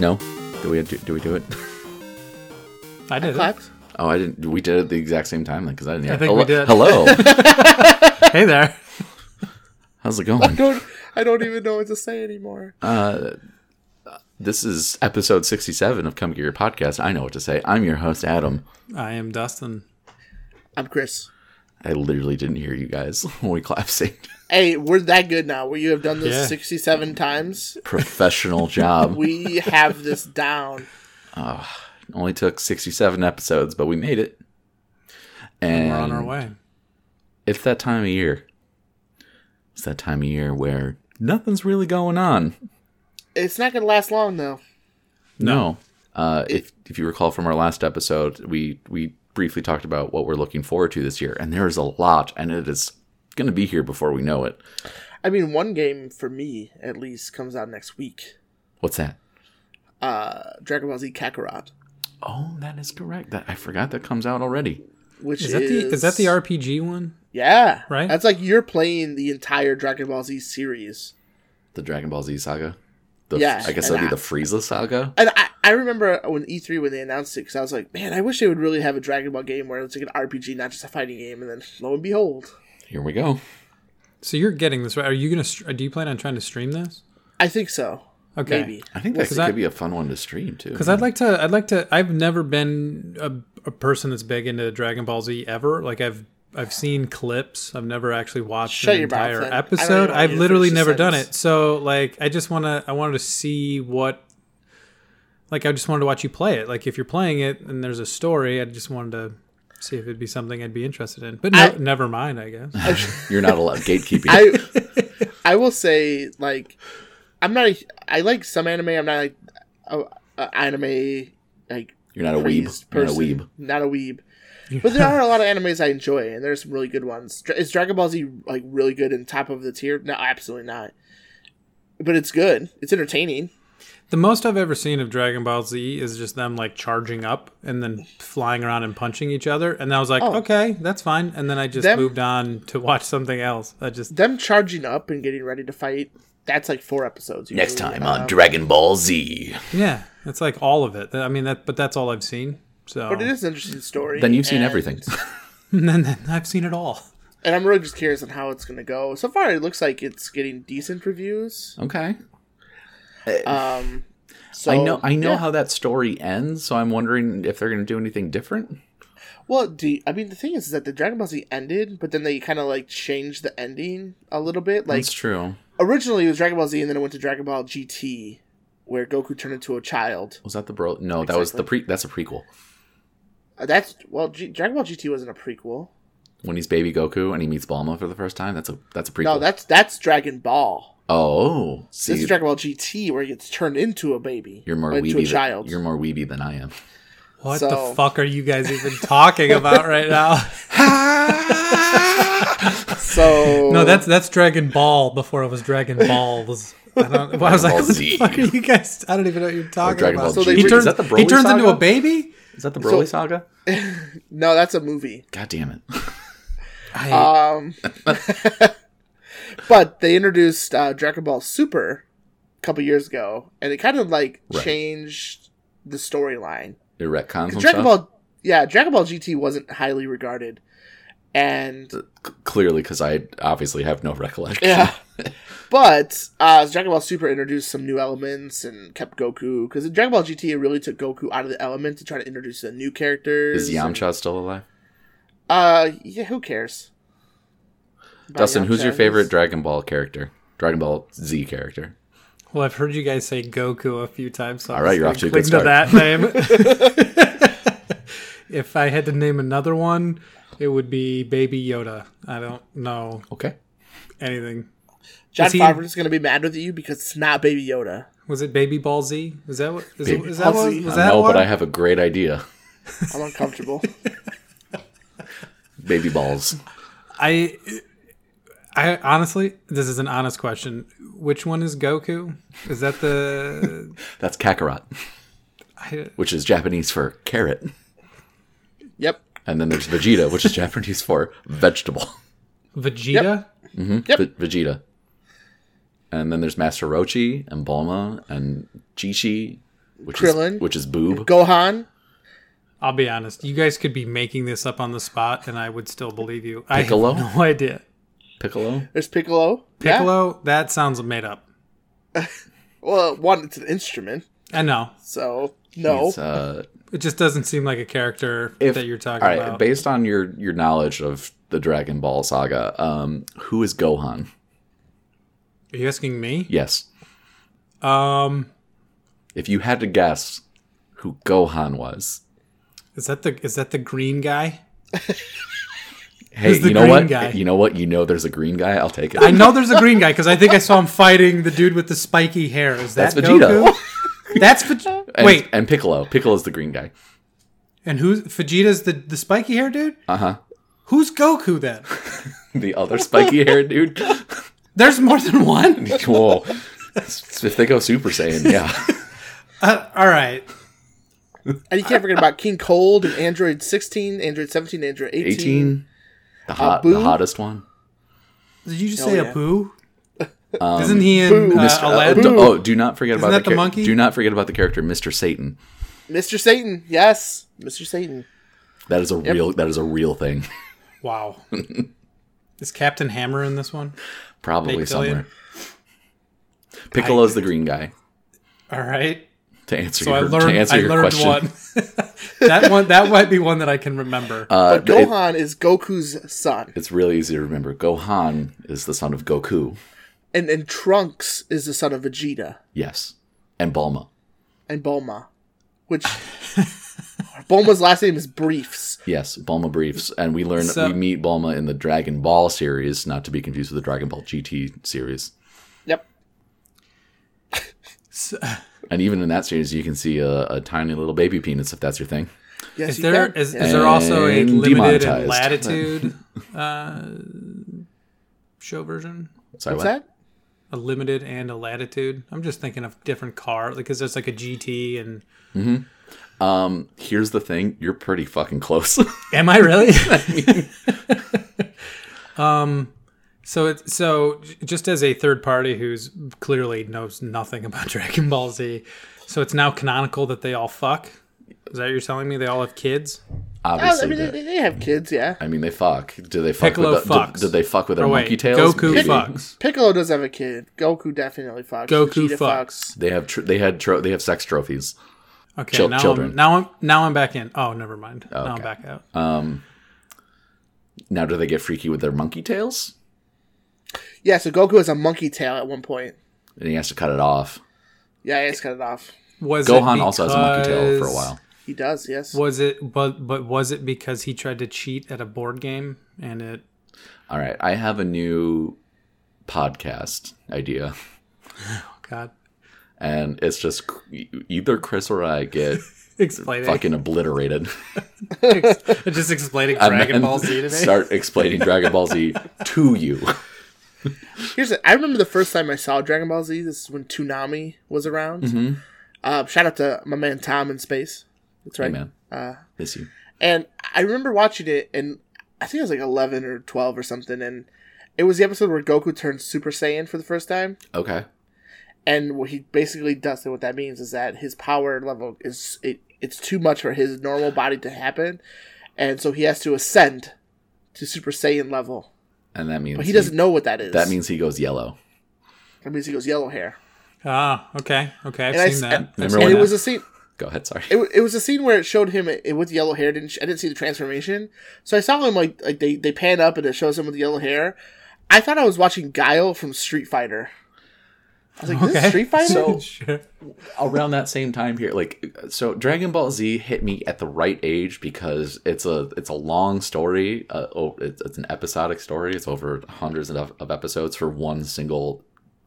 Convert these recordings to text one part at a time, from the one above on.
No? Do we do, do we do it? I did. It. Claps. Oh, I didn't. We did it at the exact same time then because I didn't. Hear I think hello, we did. Hello, Hey there. how's it I going? don't. I don't even know what to say anymore. This is episode sixty-seven of Come Get Your Podcast. I know what to say. I'm your host Adam. I am Dustin. I'm Chris. I literally didn't hear you guys when we clapped. synced. Hey, we're that good now. Where you have done this Yeah. 67 times. Professional job. We have this down. Only took sixty-seven episodes, but we made it. And We're on our way. it's that time of year. It's that time of year where nothing's really going on. It's not going to last long, though. No. Uh, if if you recall from our last episode, we we briefly talked about what we're looking forward to this year, and there is a lot, and it is going to be here before we know it. I mean, one game for me, at least, comes out next week. What's that? Uh, Dragon Ball Z Kakarot, Oh, that is correct. That I forgot that comes out already. which Is that the is that the RPG one? yeah Right? That's like you're playing the entire Dragon Ball Z series. The Dragon Ball Z saga. The, Yeah, I guess and that'd be I- the Frieza saga. And I, I remember when E3 when they announced it because I was like, man, I wish they would really have a Dragon Ball game where it's like an RPG, not just a fighting game. And then lo and behold, Here we go. So you're getting this right. Are you gonna? str- Do you plan on trying to stream this? I think so. Okay. Maybe. I think that 'cause could I- be a fun one to stream too. Because I'd like to. I'd like to. I've never been a, a person that's big into Dragon Ball Z ever. Like I've I've seen clips. I've never actually watched Shut an your mouth, entire Lynn. I don't even episode. want I've you to literally finish the never done it. sentence. So like I just wanna. I wanted to see what. Like I just wanted to watch you play it. Like if you're playing it and there's a story, I just wanted to see if it'd be something I'd be interested in. But no, I- never mind. I guess. You're not allowed gatekeeping. I I will say like I'm not. A, I like some anime. I'm not like a, a anime like You're not a crazed weeb. You're not a person. weeb. Not a weeb. But there are a lot of animes I enjoy, and there's some really good ones. Dra- Is Dragon Ball Z like really good and top of the tier? No, absolutely not. But it's good. It's entertaining. The most I've ever seen of Dragon Ball Z is just them like charging up and then flying around and punching each other, and I was like, okay, that's fine. And then I just Them- moved on to watch something else. I just Them charging up and getting ready to fight. That's like four episodes. Next usually. time on Dragon Ball Z. yeah, it's like all of it. I mean that, but that's all I've seen. So But it is an interesting story. Then you've seen and- everything. and then, then I've seen it all. and I'm really just curious on how it's going to go. So far, it looks like it's getting decent reviews. okay. Um, so I know I know yeah. how that story ends, so I'm wondering if they're going to do anything different. Well, do you- I mean the thing is, is that the Dragon Ball Z ended, but then they kind of like changed the ending a little bit. Like That's true. originally it was Dragon Ball Z, and then it went to Dragon Ball GT, where Goku turned into a child. Was that the bro? No, that was the Exactly. pre. That's a prequel. Uh, That's well, G- Dragon Ball GT wasn't a prequel. When he's baby Goku and he meets Bulma for the first time. That's a that's a prequel. No, that's that's Dragon Ball. oh, This see, is Dragon Ball GT, where he gets turned into a baby, you're more or into weeby. a child. Than, you're more weeby than I am. What So- the fuck are you guys even talking about right now? So No, that's that's Dragon Ball before it was Dragon Balls. I don't. I was like, Ball what the Z. fuck are you guys? I don't even know what you're talking Dragon about. Ball So they he G. re- turns, Is that the he Broly turns into a saga? baby. Is that the Broly So- saga? no, that's a movie. God damn it! I- Uh, Um, But they introduced uh, Dragon Ball Super a couple years ago, and it kind of like changed the storyline. It retcons some Dragon stuff. Ball, yeah, Dragon Ball GT wasn't highly regarded, and C- clearly, because I obviously have no recollection. yeah, but uh, Dragon Ball Super introduced some new elements and kept Goku because in Dragon Ball GT it really took Goku out of the element to try to introduce the new characters. Is Yamcha still alive? Uh, yeah, who cares? About Dustin, who's your Yamcha? favorite Dragon Ball character? Dragon Ball Z character. Well, I've heard you guys say Goku a few times. So All right, you're off to a good cling start. that name. if I had to name another one, it would be Baby Yoda. I don't know Okay. anything. John Is he- Favre's gonna be mad with you because it's not Baby Yoda. Was it Baby Ball Z? Is that what? Is, it, Baby is that Ball what? Z. Was that No, one? but I have a great idea. I'm uncomfortable. Baby balls. I, I honestly, this is an honest question. Which one is Goku? Is that the? That's Kakarot, I, uh, which is Japanese for carrot. yep. And then there's Vegeta, which is Japanese for vegetable. Vegeta. Yep. Ve- Vegeta. And then there's Master Roshi and Bulma and Jishi which Krillin. is which is boob. Gohan. I'll be honest. You guys could be making this up on the spot, and I would still believe you. Piccolo? I have no idea. Piccolo. There's Piccolo. Yeah. Piccolo? That sounds made up. Well, one, it's an instrument, I know. so no. It's, uh, It just doesn't seem like a character if- that you're talking all right, about. based on your your knowledge of the Dragon Ball saga, um, who is Gohan? Are you asking me? Yes, Um, if you had to guess who Gohan was, is that the is that the green guy? hey, Who's the you know green what? guy? You know what? You know, there's a green guy. I'll take it. I know there's a green guy because I think I saw him fighting the dude with the spiky hair. Is that That's Vegeta. Goku? That's Vegeta. And, Wait, and Piccolo. Piccolo's the green guy. and who's Vegeta's the the spiky hair dude? Uh huh. Who's Goku then? The other spiky haired dude. There's more than one. Cool. if they go Super Saiyan, yeah. Uh, all right, and you can't forget about King Cold and Android 16, Android 17, Android 18. 18 the hot Abu? the hottest one did you just Oh, say yeah. Apu? Um, Isn't he in uh, Mr. uh, Aladdin? d- oh do not forget about that the char- monkey? do not forget about the character mr satan Mr. Satan. Yes, Mr. Satan. that is a real that is a real thing Wow. Is Captain Hammer in this one? probably Big billion. somewhere piccolo's the green guy All right. to answer So I your, to learned. answer I your learned question one. that one. That might be one that I can remember. Uh, But it- Gohan is Goku's son, it's really easy to remember gohan is the son of goku and and Trunks is the son of Vegeta yes and bulma and Bulma, which Bulma's last name is Briefs. yes bulma briefs and we learn So- we meet bulma in the dragon ball series not to be confused with the dragon ball gt series Yep. So- and even in that series you can see a, a tiny little baby penis if that's your thing Yes, Is you there can. is, Yeah. is there also a And limited demonetized. and latitude uh, show version? so What's I went, that? A limited and a latitude. I'm just thinking of different car because there's like a GT and. here's the thing you're pretty fucking close Am I really? um. So it, so j- just as a third party who's clearly knows nothing about Dragon Ball Z, so it's now canonical that they all fuck. Is that what you're telling me? They all have kids? Oh, I obviously mean, they, they, they have kids, yeah. I mean they fuck do they fuck Piccolo with the, fucks. Do, do they fuck with their Or monkey wait, tails Goku Maybe. fucks. Piccolo does have a kid. Goku definitely fucks. Goku Vegeta fucks. they have tr- they had tro- they have sex trophies Okay, Chil- now children. I'm now I'm now I'm back in. Oh, never mind. Now I'm back out. now do they get freaky with their monkey tails Yeah, so Goku has a monkey tail at one point. and he has to cut it off Yeah, he just cut it off. Was it Gohan also has a monkey tail for a because- while He does, yes. Was it but but was it because he tried to cheat at a board game and it all right I have a new podcast idea oh god and it's just c- e, either Chris or I get explaining fucking obliterated just explaining and Dragon then Ball Z to me. start explaining Dragon Ball Z to you Here's the, I remember the first time I saw Dragon Ball Z. This is when Toonami was around. Mm-hmm. Mm-hmm. Uh, shout out to my man Tom in space. That's right. man miss you And I remember watching it, and I think I was like 11 or 12 or something. And it was the episode where Goku turns Super Saiyan for the first time. okay and what he basically does and what that means is that his power level is it, it's too much for his normal body to happen and so he has to ascend to super saiyan level and that means but he doesn't know what that is That means he goes yellow. that means he goes yellow hair Ah, okay, okay, I've And I seen s- that. and- I've Remember seen when and that. it was a scene Go ahead, sorry. it, wa- it was a scene where it showed him i- with yellow hair. Didn't sh- I didn't see the transformation, so I saw him like like they, they pan up and it shows him with yellow hair. I thought I was watching Guile from Street Fighter. I was like, this Okay. is Street Fighter. So- Sure. Around that same time here, like so Dragon Ball Z hit me at the right age because it's a it's a long story. Uh, oh, it's, it's an episodic story. It's over hundreds of, of episodes for one single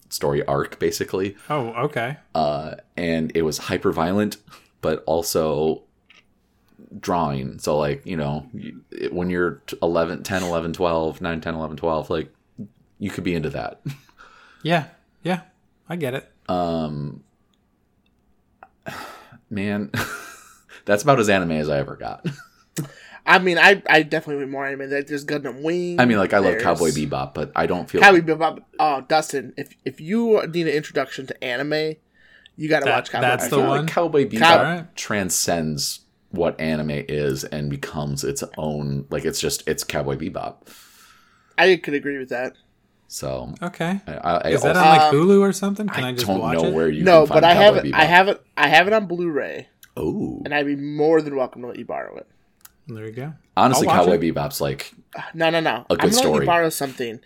story arc, basically. Oh, okay. Uh, and it was hyper violent, but also drawing. So like, you know, you- it- when you're t- 11, 10, 11, 12, 9, 10, 11, 12, like you could be into that. Yeah, yeah, I get it. Um, Man, that's about as anime as I ever got. I mean, I I definitely would more anime. Like, there's Gundam Wing. I mean, like I love there's- Cowboy Bebop, but I don't feel Cowboy Bebop. Oh, Dustin, if if you need an introduction to anime, You got to That- watch Cowboy. that's I the feel one. Like Cowboy Bebop Alright. transcends what anime is and becomes its own. Like it's just it's Cowboy Bebop. I could agree with that. So Okay. I, I, I Is that also- on like Um, Hulu or something? Can I I, just don't watch know it? where you no, can find but I Cowboy have it. Bebop. I have it. I have it on Blu-ray, Oh, and I'd be more than welcome to let you borrow it. There you go. honestly, I'll watch Cowboy Bebop's like No, no, no. A I'm good gonna let story. you borrow something.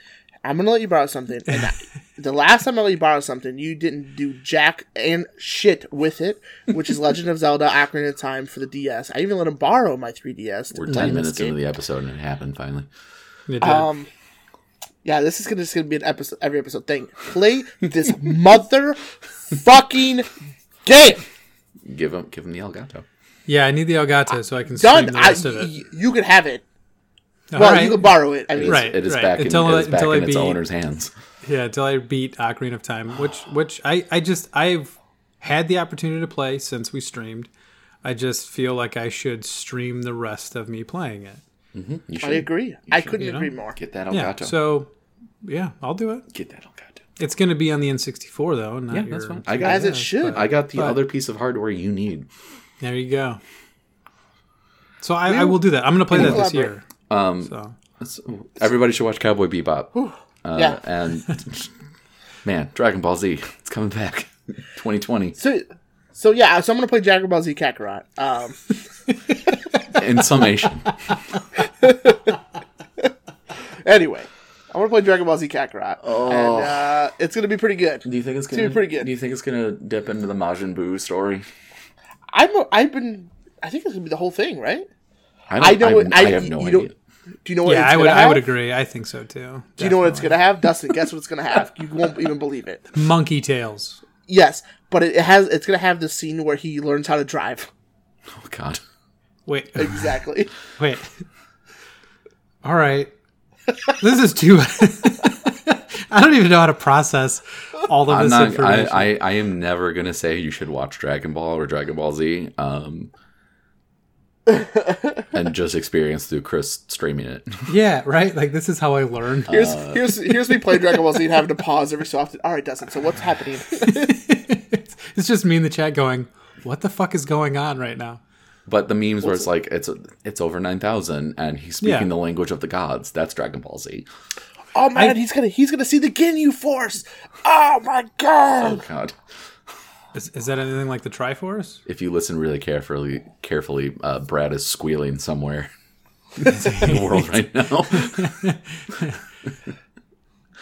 I'm gonna let you borrow something. And I- the last time I let you borrow something, you didn't do jack and shit with it, which is Legend of Zelda: Ocarina of Time for the DS. I even let him borrow my 3DS. to we're play ten this minutes game. into the episode and it happened finally. You did it. Um, yeah, this is gonna just gonna be an episode, every episode thing. Play this motherfucking game. Give him, give him the Elgato. yeah, I need the Elgato so I can stream Done. the I, rest of it. y- you could have it. All well, right. you could borrow it. I It mean, is, Right, it is right. back in, Until it I- is back until I in its beat- owner's hands. Yeah, until I beat Ocarina of Time, which which I I just I've had the opportunity to play since we streamed. I just feel like I should stream the rest of me playing it. You I should agree. I couldn't know. agree more. get that Yeah. Elgato. So yeah, I'll do it. get that Elgato. It's going to be on the N64 though. Not yeah, your, that's fine. I got As Yeah, it should. I got the other piece of hardware you need. There you go. So I, I will do that. I'm going to play that this elaborate. year. Um, So That's- everybody should watch Cowboy Bebop. Uh, Yeah. And man, Dragon Ball Z, it's coming back. 2020 So, so yeah, so I'm gonna play Dragon Ball Z Kakarot. Um, in summation. anyway, I'm gonna play Dragon Ball Z Kakarot, Oh. and uh, it's gonna be pretty good. Do you think it's gonna gonna be pretty good. Do you think it's gonna dip into the Majin Buu story? I'm, I've been, I think it's gonna be the whole thing, right? don't, I know I'm- it- I, I- have no you idea. don't- Do you know what? yeah, it's I would gonna I would have? agree. I think so too. Do you know what it's gonna have, Dustin? Guess what it's gonna have? You won't even believe it. Monkey tails. Yes, but it has. It's gonna have the scene where he learns how to drive. Oh God. Wait. Exactly. Wait. All right. This is too. I don't even know how to process all of I'm this not. information. I, I, I am never gonna say you should watch Dragon Ball or Dragon Ball Z. Um, and just experience through Chris streaming it. yeah, right. Like this is how I learn. Here's here's here's me playing Dragon Ball Z and having to pause every so often. All right, Dustin. So what's happening? it's, it's just me in the chat going, "What the fuck is going on right now?" But the memes where it's like it's it's over nine thousand and he's speaking Yeah. the language of the gods. That's Dragon Ball Z. Oh my god, he's gonna he's gonna see the Ginyu Force. Oh my Oh god. God! Is, is that anything like the Triforce? If you listen really carefully, carefully, uh, Brad is squealing somewhere in the world right now.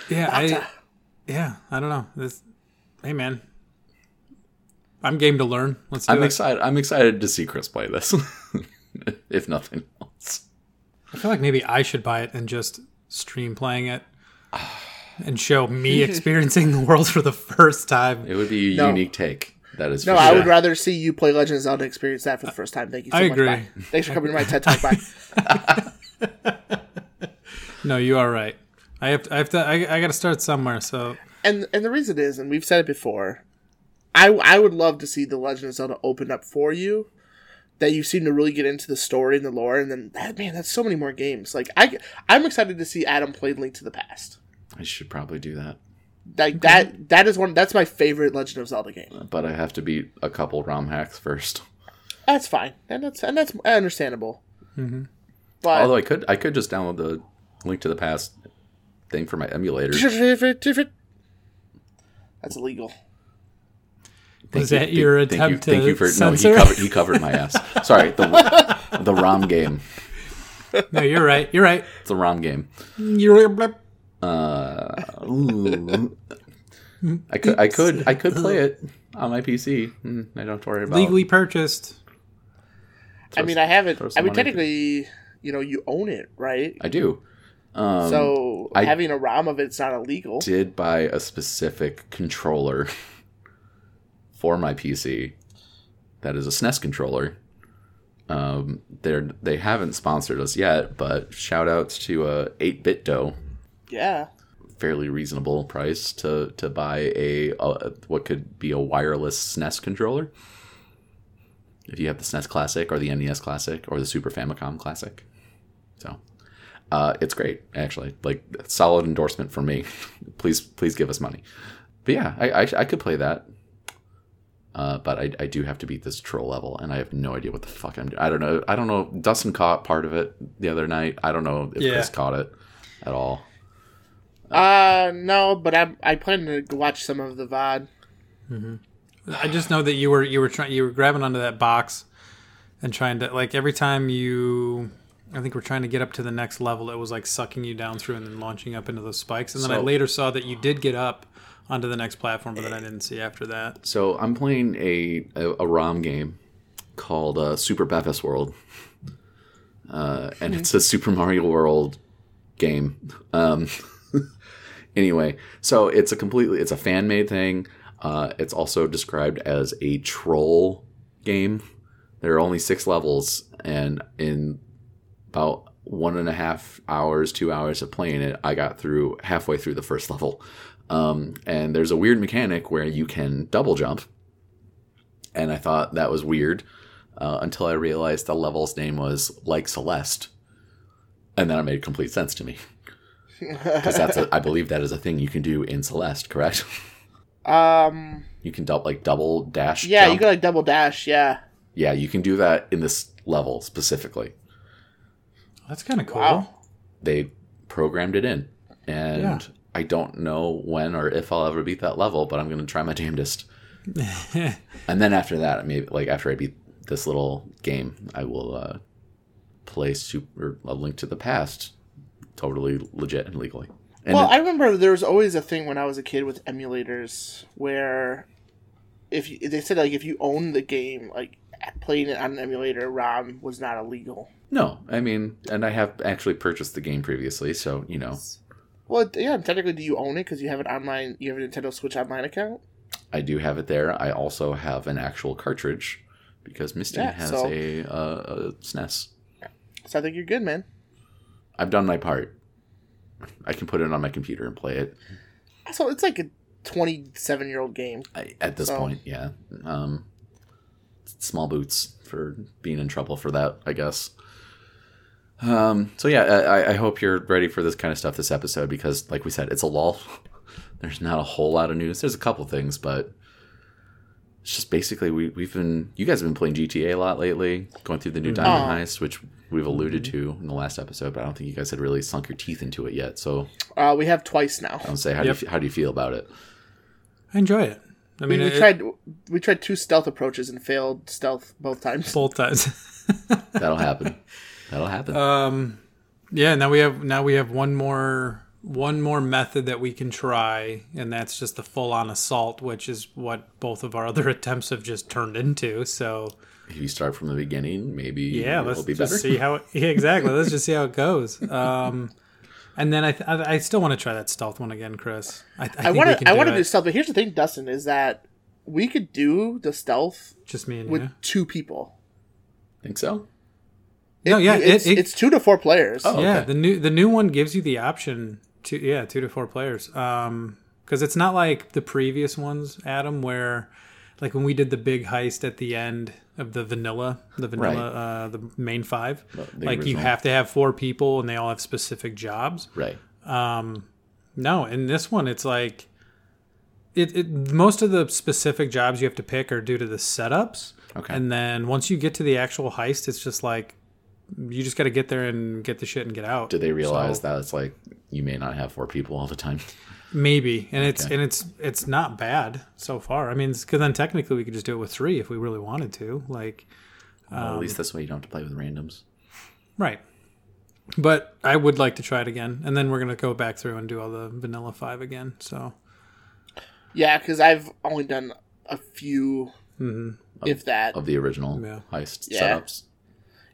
Yeah, I. Yeah, I don't know. This. Hey, man. I'm game to learn. Let's do I'm it. excited. I'm excited to see Chris play this, if nothing else. I feel like maybe I should buy it and just stream playing it and show me experiencing the world for the first time. It would be a No. unique take. That is. No, for I sure. would rather see you play Legend of Zelda and experience that for the first time. Thank you so I much. agree. Bye. Thanks for coming to my TED Talk. Bye. No, you are right. I have to, I have to I, I got to start somewhere. So And and the reason is, and we've said it before, I I would love to see the Legend of Zelda open up for you. That you seem to really get into the story and the lore, and then that, man, that's so many more games. Like I, I'm excited to see Adam play Link to the Past. I should probably do that, Like that, that is one. That's my favorite Legend of Zelda game. but I have to beat a couple ROM hacks first. That's fine, and that's and that's understandable. But Although I could, I could just download the link to the past thing for my emulator. That's illegal. Thank was that your thank- thank attempt you, thank to you for, censor? No, he covered, he covered my ass. Sorry, the the ROM game. no, you're right. You're right. It's a ROM game. You're blip. Uh, ooh. I could, I could, I could play it on my PC. Mm, I don't have to worry about legally purchased. I mean, I haven't. throw I some mean, money at it. technically, you know, you own it, right? I do. Um, so I- having a ROM of it's not illegal. did buy a specific controller for my PC. That is a SNES controller. Um, they're they haven't sponsored us yet, but shout outs to uh, 8-bit dough. Yeah. fairly reasonable price to to buy a uh, what could be a wireless SNES controller. If you have the SNES Classic or the NES Classic or the Super Famicom Classic, so uh, it's great actually. Like solid endorsement for me. please please give us money. But yeah, I I, I could play that. Uh, but I, I do have to beat this troll level, and I have no idea what the fuck I'm doing. I don't know. I don't know. Dustin caught part of it the other night. I don't know if Yeah. Chris caught it at all. Oh. Uh, no, but I I plan to go watch some of the VOD. I just know that you were you were trying you were grabbing onto that box and trying to like every time you I think we're trying to get up to the next level it was like sucking you down through and then launching up into those spikes and then I So- later saw that you did get up onto the next platform Eh. but then I didn't see after that. So I'm playing a a, a ROM game called uh, Super Bevis World, uh, and it's a Super Mario World game. Um, anyway, so it's a completely it's a fan made thing. Uh, it's also described as a troll game. There are only six levels, and in about one and a half hours, two hours of playing it, I got through halfway through the first level. Um, and there's a weird mechanic where you can double jump. And I thought that was weird uh, until I realized the level's name was Like Celeste. And then it made complete sense to me. Because that's, a, I believe that is a thing you can do in Celeste, correct? Um, You can double, like double dash. yeah, jump. you can like double dash. Yeah, yeah, you can do that in this level specifically. That's kind of Oh. cool. Wow. they programmed it in. And Yeah. I don't know when or if I'll ever beat that level, but I'm going to try my damnedest. and then after that, maybe like after I beat this little game, I will uh, play Super A Link to the Past totally legit and legally. And well, it- I remember there was always a thing when I was a kid with emulators where if you, they said like if you own the game, like playing it on an emulator ROM was not illegal. no, I mean, and I have actually purchased the game previously, so you know, Well, yeah, technically, do you own it because you have an online, you have a Nintendo Switch online account? I do have it there. I also have an actual cartridge because Misty Yeah, has so- a, uh, a SNES. So I think you're good, man. I've done my part. I can put it on my computer and play it So it's like a 27 year old game. I, at this So- point. Yeah. Um, small boots for being in trouble for that, I guess. Um, so yeah, I, I- I hope you're ready for this kind of stuff this episode because, like we said, it's a lull. There's not a whole lot of news. There's a couple things, but it's just basically we we've been you guys have been playing GTA a lot lately, going through the new Diamond Aw. Heist, which we've alluded to in the last episode, but I don't think you guys had really sunk your teeth into it yet. So Uh, we have twice now. I would say, how Yep. do you, how do you feel about it? I enjoy it. I We, mean, we it, tried we tried two stealth approaches and failed stealth both times. both times. That'll happen. That'll happen. Um, yeah. Now we have now we have one more one more method that we can try, and that's just the full on assault, which is what both of our other attempts have just turned into. So if you start from the beginning, maybe yeah, it'll let's be better. just see how it, yeah, exactly. let's just see how it goes. Um, and then I th- I, I still want to try that stealth one again, Chris. I, I, I think we want can to I want to do it. stealth, but here's the thing, Dustin, is that we could do the stealth just me and with you. two people. Think so? No, Oh, yeah, it's, it, it, it's two to four players. Oh. yeah okay. the new the new one gives you the option to yeah two to four players um because it's not like the previous ones adam where like when we did the big heist at the end of the vanilla the vanilla uh the main five the like you original. have to have four people and they all have specific jobs Right. no, in this one, it's like it, it. Most of the specific jobs you have to pick are due to the setups. Okay. And then once you get to the actual heist, it's just like you just got to get there and get the shit and get out. Did they realize that it's like you may not have four people all the time? Maybe, and it's and it's it's not bad so far. I mean, because then technically we could just do it with three if we really wanted to. Like, well, at Um, least this way you don't have to play with randoms. right. But I would like to try it again, and then we're gonna go back through and do all the vanilla five again. So Yeah, because I've only done a few, Mm-hmm. Oh. if that. Of the original Yeah. heist Yeah. setups.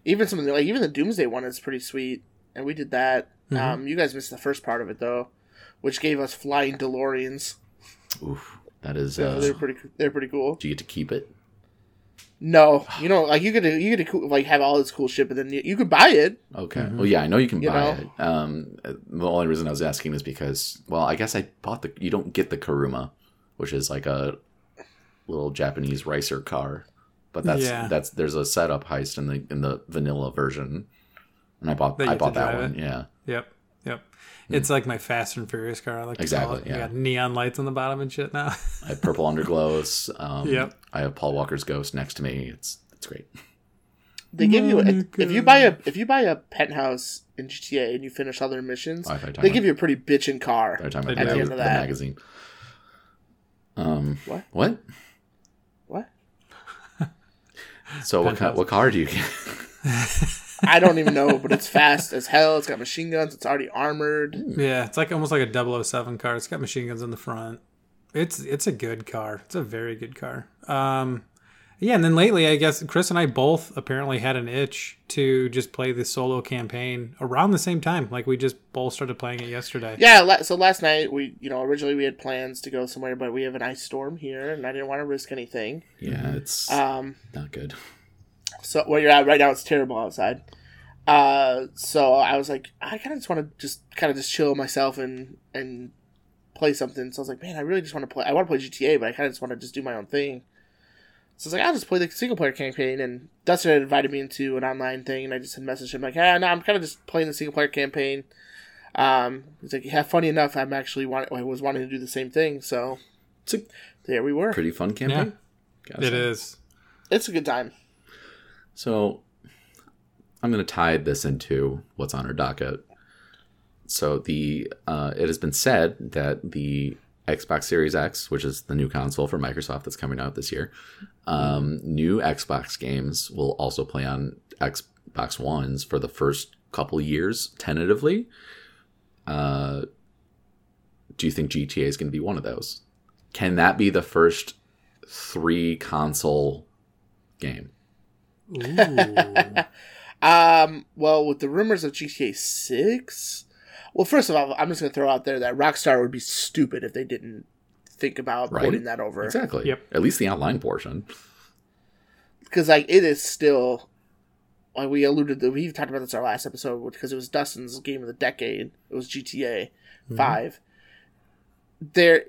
Even some of the like even the Doomsday one is pretty sweet, and we did that. Mm-hmm. Um, you guys missed the first part of it though, which gave us flying DeLoreans. Oof. That is So uh they're pretty they're pretty cool. do you get to keep it? No, you know, like you could you could cool- like have all this cool shit, but then you, you could buy it. Okay. Mm-hmm. Well yeah, I know you can You buy know? it. Um the only reason I was asking is because well, I guess I bought the you don't get the Karuma, which is like a little Japanese ricer car. But that's Yeah. that's there's a setup heist in the in the vanilla version. And I bought That you I have bought to that drive one, it? yeah. Yep. Yep. It's like my Fast and Furious car. I like to call Hmm. Exactly, it. yeah. You got neon lights on the bottom and shit now. I have purple underglows. Um, Yep. I have Paul Walker's ghost next to me. It's it's great. They give you a, Monica. if you buy a if you buy a penthouse in GTA and you finish all their missions, Oh, I thought you were talking they give about- you a pretty bitchin' car. I thought you were talking At the about the, end the of that. magazine. Um, What? What? What? So what kind, what car do you get? I don't even know, but it's fast as hell. It's got machine guns. It's already armored. Hmm. Yeah, it's like almost like a 007 car. It's got machine guns on the front. It's it's a good car. It's a very good car. Um, yeah, and then lately, I guess Chris and I both apparently had an itch to just play the solo campaign around the same time. Like we just both started playing it yesterday. Yeah. la- So last night we, you know, originally we had plans to go somewhere, but we have an ice storm here, and I didn't want to risk anything. Yeah, it's Um, not good. so where you're at right now, it's terrible outside. Uh, so I was like, I kind of just want to just kind of just chill myself and and play something. So I was like, man, I really just want to play. I want to play GTA, but I kind of just want to just do my own thing. So I was like, I'll just play the single player campaign. And Dustin had invited me into an online thing, and I just had messaged him like, ah, no, I'm kind of just playing the single player campaign. Um, he's like, yeah, funny enough, I'm actually want- I was wanting to do the same thing. So It's a there we were. pretty fun campaign. Gotta it say. is. It's a good time. So I'm going to tie this into what's on our docket. So the uh, it has been said that the Xbox Series X, which is the new console for Microsoft that's coming out this year, um, new Xbox games will also play on Xbox Ones for the first couple years, tentatively. Uh, do you think GTA is going to be one of those? Can that be the first three console game? Ooh. Um, well, with the rumors of GTA Six, well, first of all, I'm just gonna throw out there that Rockstar would be stupid if they didn't think about Right. porting that over Exactly. Yep. At least the online portion. because, like, it is still. Like we alluded to, we talked about this our last episode because it was Dustin's game of the decade. It was GTA Mm-hmm. Five. There,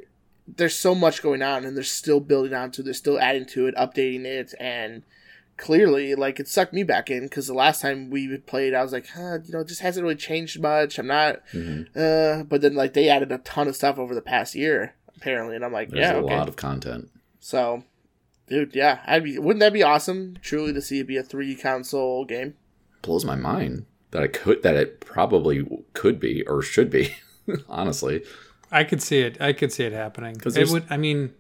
there's so much going on, and they're still building onto. They're still adding to it, updating it, and clearly like it sucked me back in because the last time we played i was like huh you know it just hasn't really changed much i'm not uh but then like they added a ton of stuff over the past year apparently and i'm like There's yeah a okay lot of content. so dude yeah i'd be wouldn't that be awesome truly to see it be a three console game Blows my mind that I could that it probably could be or should be. honestly, I could see it. I could see it happening. 'Cause It there's- would. I mean,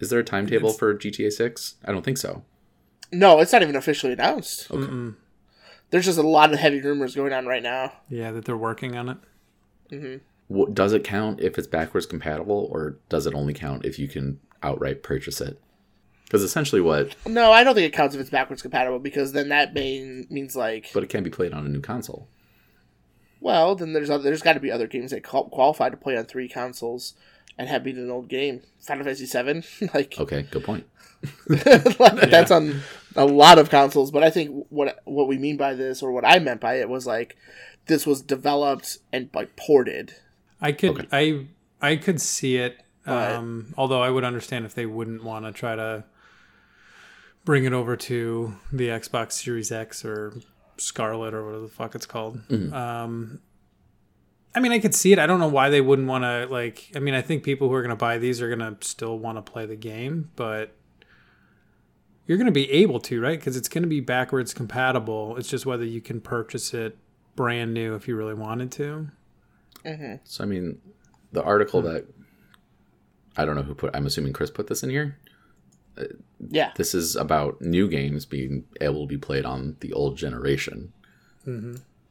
is there a timetable It's- for GTA Six? I don't think so. no it's not even officially announced Okay. mm-mm. there's just a lot of heavy rumors going on right now yeah, that they're working on it. Wha- Does it count if it's backwards compatible, or does it only count if you can outright purchase it? Because essentially, what no i don't think it counts if it's backwards compatible because then that main means like but it can be played on a new console. Well, then there's other, there's got to be other games that qual- qualify to play on three consoles and have been an old game. Final Fantasy Seven, like, Okay, good point. that's on a lot of consoles. But I think what what we mean by this, or what I meant by it, was like this was developed and like ported. I could I I could see it. But- Um, although I would understand if they wouldn't want to try to bring it over to the Xbox Series X or Scarlet or whatever the fuck it's called. Um, I mean, I could see it. I don't know why they wouldn't want to like. I mean, I think people who are going to buy these are going to still want to play the game, but you're going to be able to, right? Because it's going to be backwards compatible. It's just whether you can purchase it brand new if you really wanted to. So I mean, the article Hmm. that I don't know who put. I'm assuming Chris put this in here. Yeah, this is about new games being able to be played on the old generation.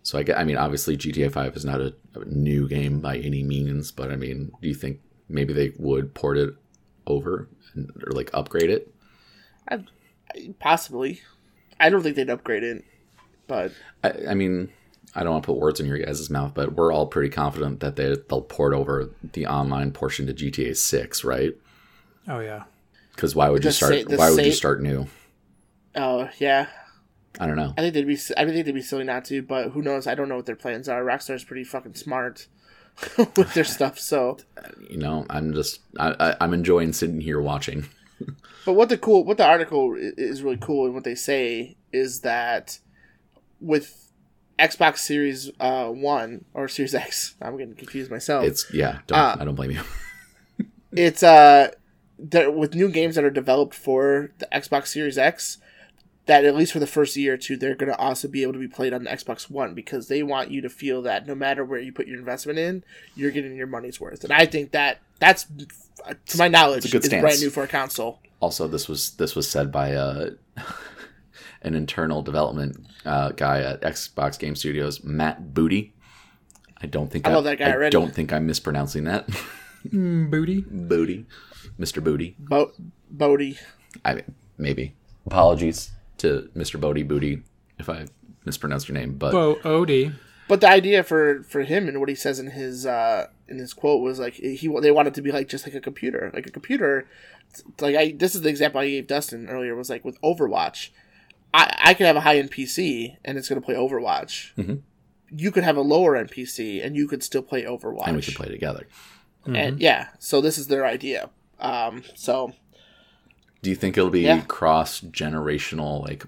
So I, gue- I mean, obviously GTA Five is not a, a new game by any means, but I mean, do you think maybe they would port it over and, or like upgrade it? possibly. I don't think they'd upgrade it, but I, I mean, I don't want to put words in your guys' mouth, but we're all pretty confident that they they'll port over the online portion to GTA Six, right? Oh yeah. Because why would you The start? sa- the why would you sa- start new? oh yeah, I don't know. I think they'd be. I think they'd be silly not to. But who knows? I don't know what their plans are. Rockstar's pretty fucking smart with their stuff, so. You know, I'm just I, I, I'm enjoying sitting here watching. But what the cool, what the article i- is really cool, and what they say is that with Xbox Series uh, One or Series Oh. X, I'm getting confused myself. It's, It's yeah. Don't, Uh, I don't blame you. uh, there with new games that are developed for the Xbox Series X, that at least for the first year or two, they're going to also be able to be played on the Xbox One because they want you to feel that no matter where you put your investment in, you're getting your money's worth. And I think that that's, to my knowledge, good is stance. brand new for a console. also this was this was said by uh, an internal development uh, guy at Xbox Game Studios, Matt Booty. I don't think I love that guy I already. don't think I'm mispronouncing that. Booty. Booty, Mr. Booty. Bo- Bodie. I mean, maybe apologies to Mr. Bodie Booty if I mispronounced your name, but Bo Odie. But the idea for for him and what he says in his uh, in his quote was like he they wanted to be like just like a computer, like a computer. Like I, this is the example I gave Dustin earlier was like with Overwatch. I I could have a high end PC and it's going to play Overwatch. Mhm. You could have a lower end PC and you could still play Overwatch. and we could play together. And yeah, so this is their idea. Um, so Do you think it'll be Yeah. cross generational like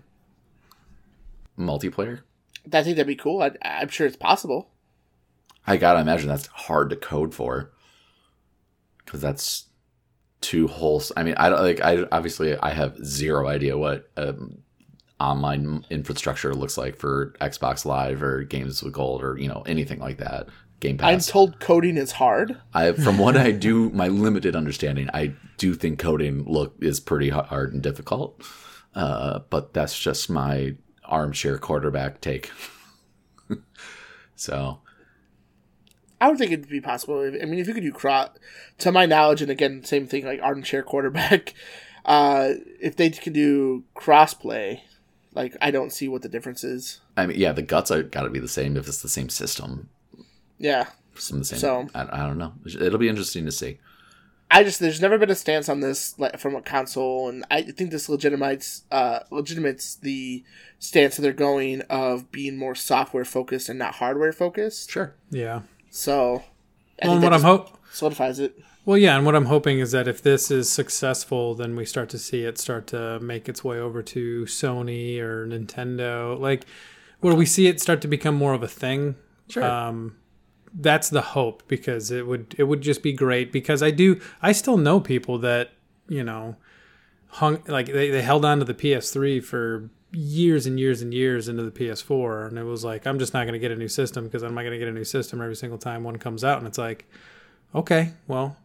multiplayer? I think that'd be cool. I, I'm sure it's possible. I gotta imagine that's hard to code for, because that's two whole. s- I mean, I don't like. I obviously I have zero idea what um, online infrastructure looks like for Xbox Live or Games with Gold or you know anything like that. Game I'm Pass. told coding is hard. I, from what I do, my limited understanding, I do think coding look is pretty h- hard and difficult. Uh, but that's just my armchair quarterback take. so I would think it'd be possible. I mean, if you could do cross, to my knowledge, and again, same thing like armchair quarterback. Uh, if they could do crossplay, like I don't see what the difference is. I mean, yeah, the guts are got to be the same if it's the same system, Yeah, some of the same. So- I, I don't know. It'll be interesting to see. I just there's never been a stance on this like, from a console, and I think this legitimates uh, legitimates the stance that they're going of being more software focused and not hardware focused. Sure. Yeah. So, I Well, and think what that I'm just hope solidifies it. Well, yeah, and what I'm hoping is that if this is successful, then we start to see it start to make its way over to Sony or Nintendo, like where we see it start to become more of a thing. Sure. Um, that's the hope because it would it would just be great because I do I still know people that you know hung like they, they held on to the PS3 for years and years and years into the PS4 and it was like I'm just not going to get a new system because I'm not going to get a new system every single time one comes out and it's like okay well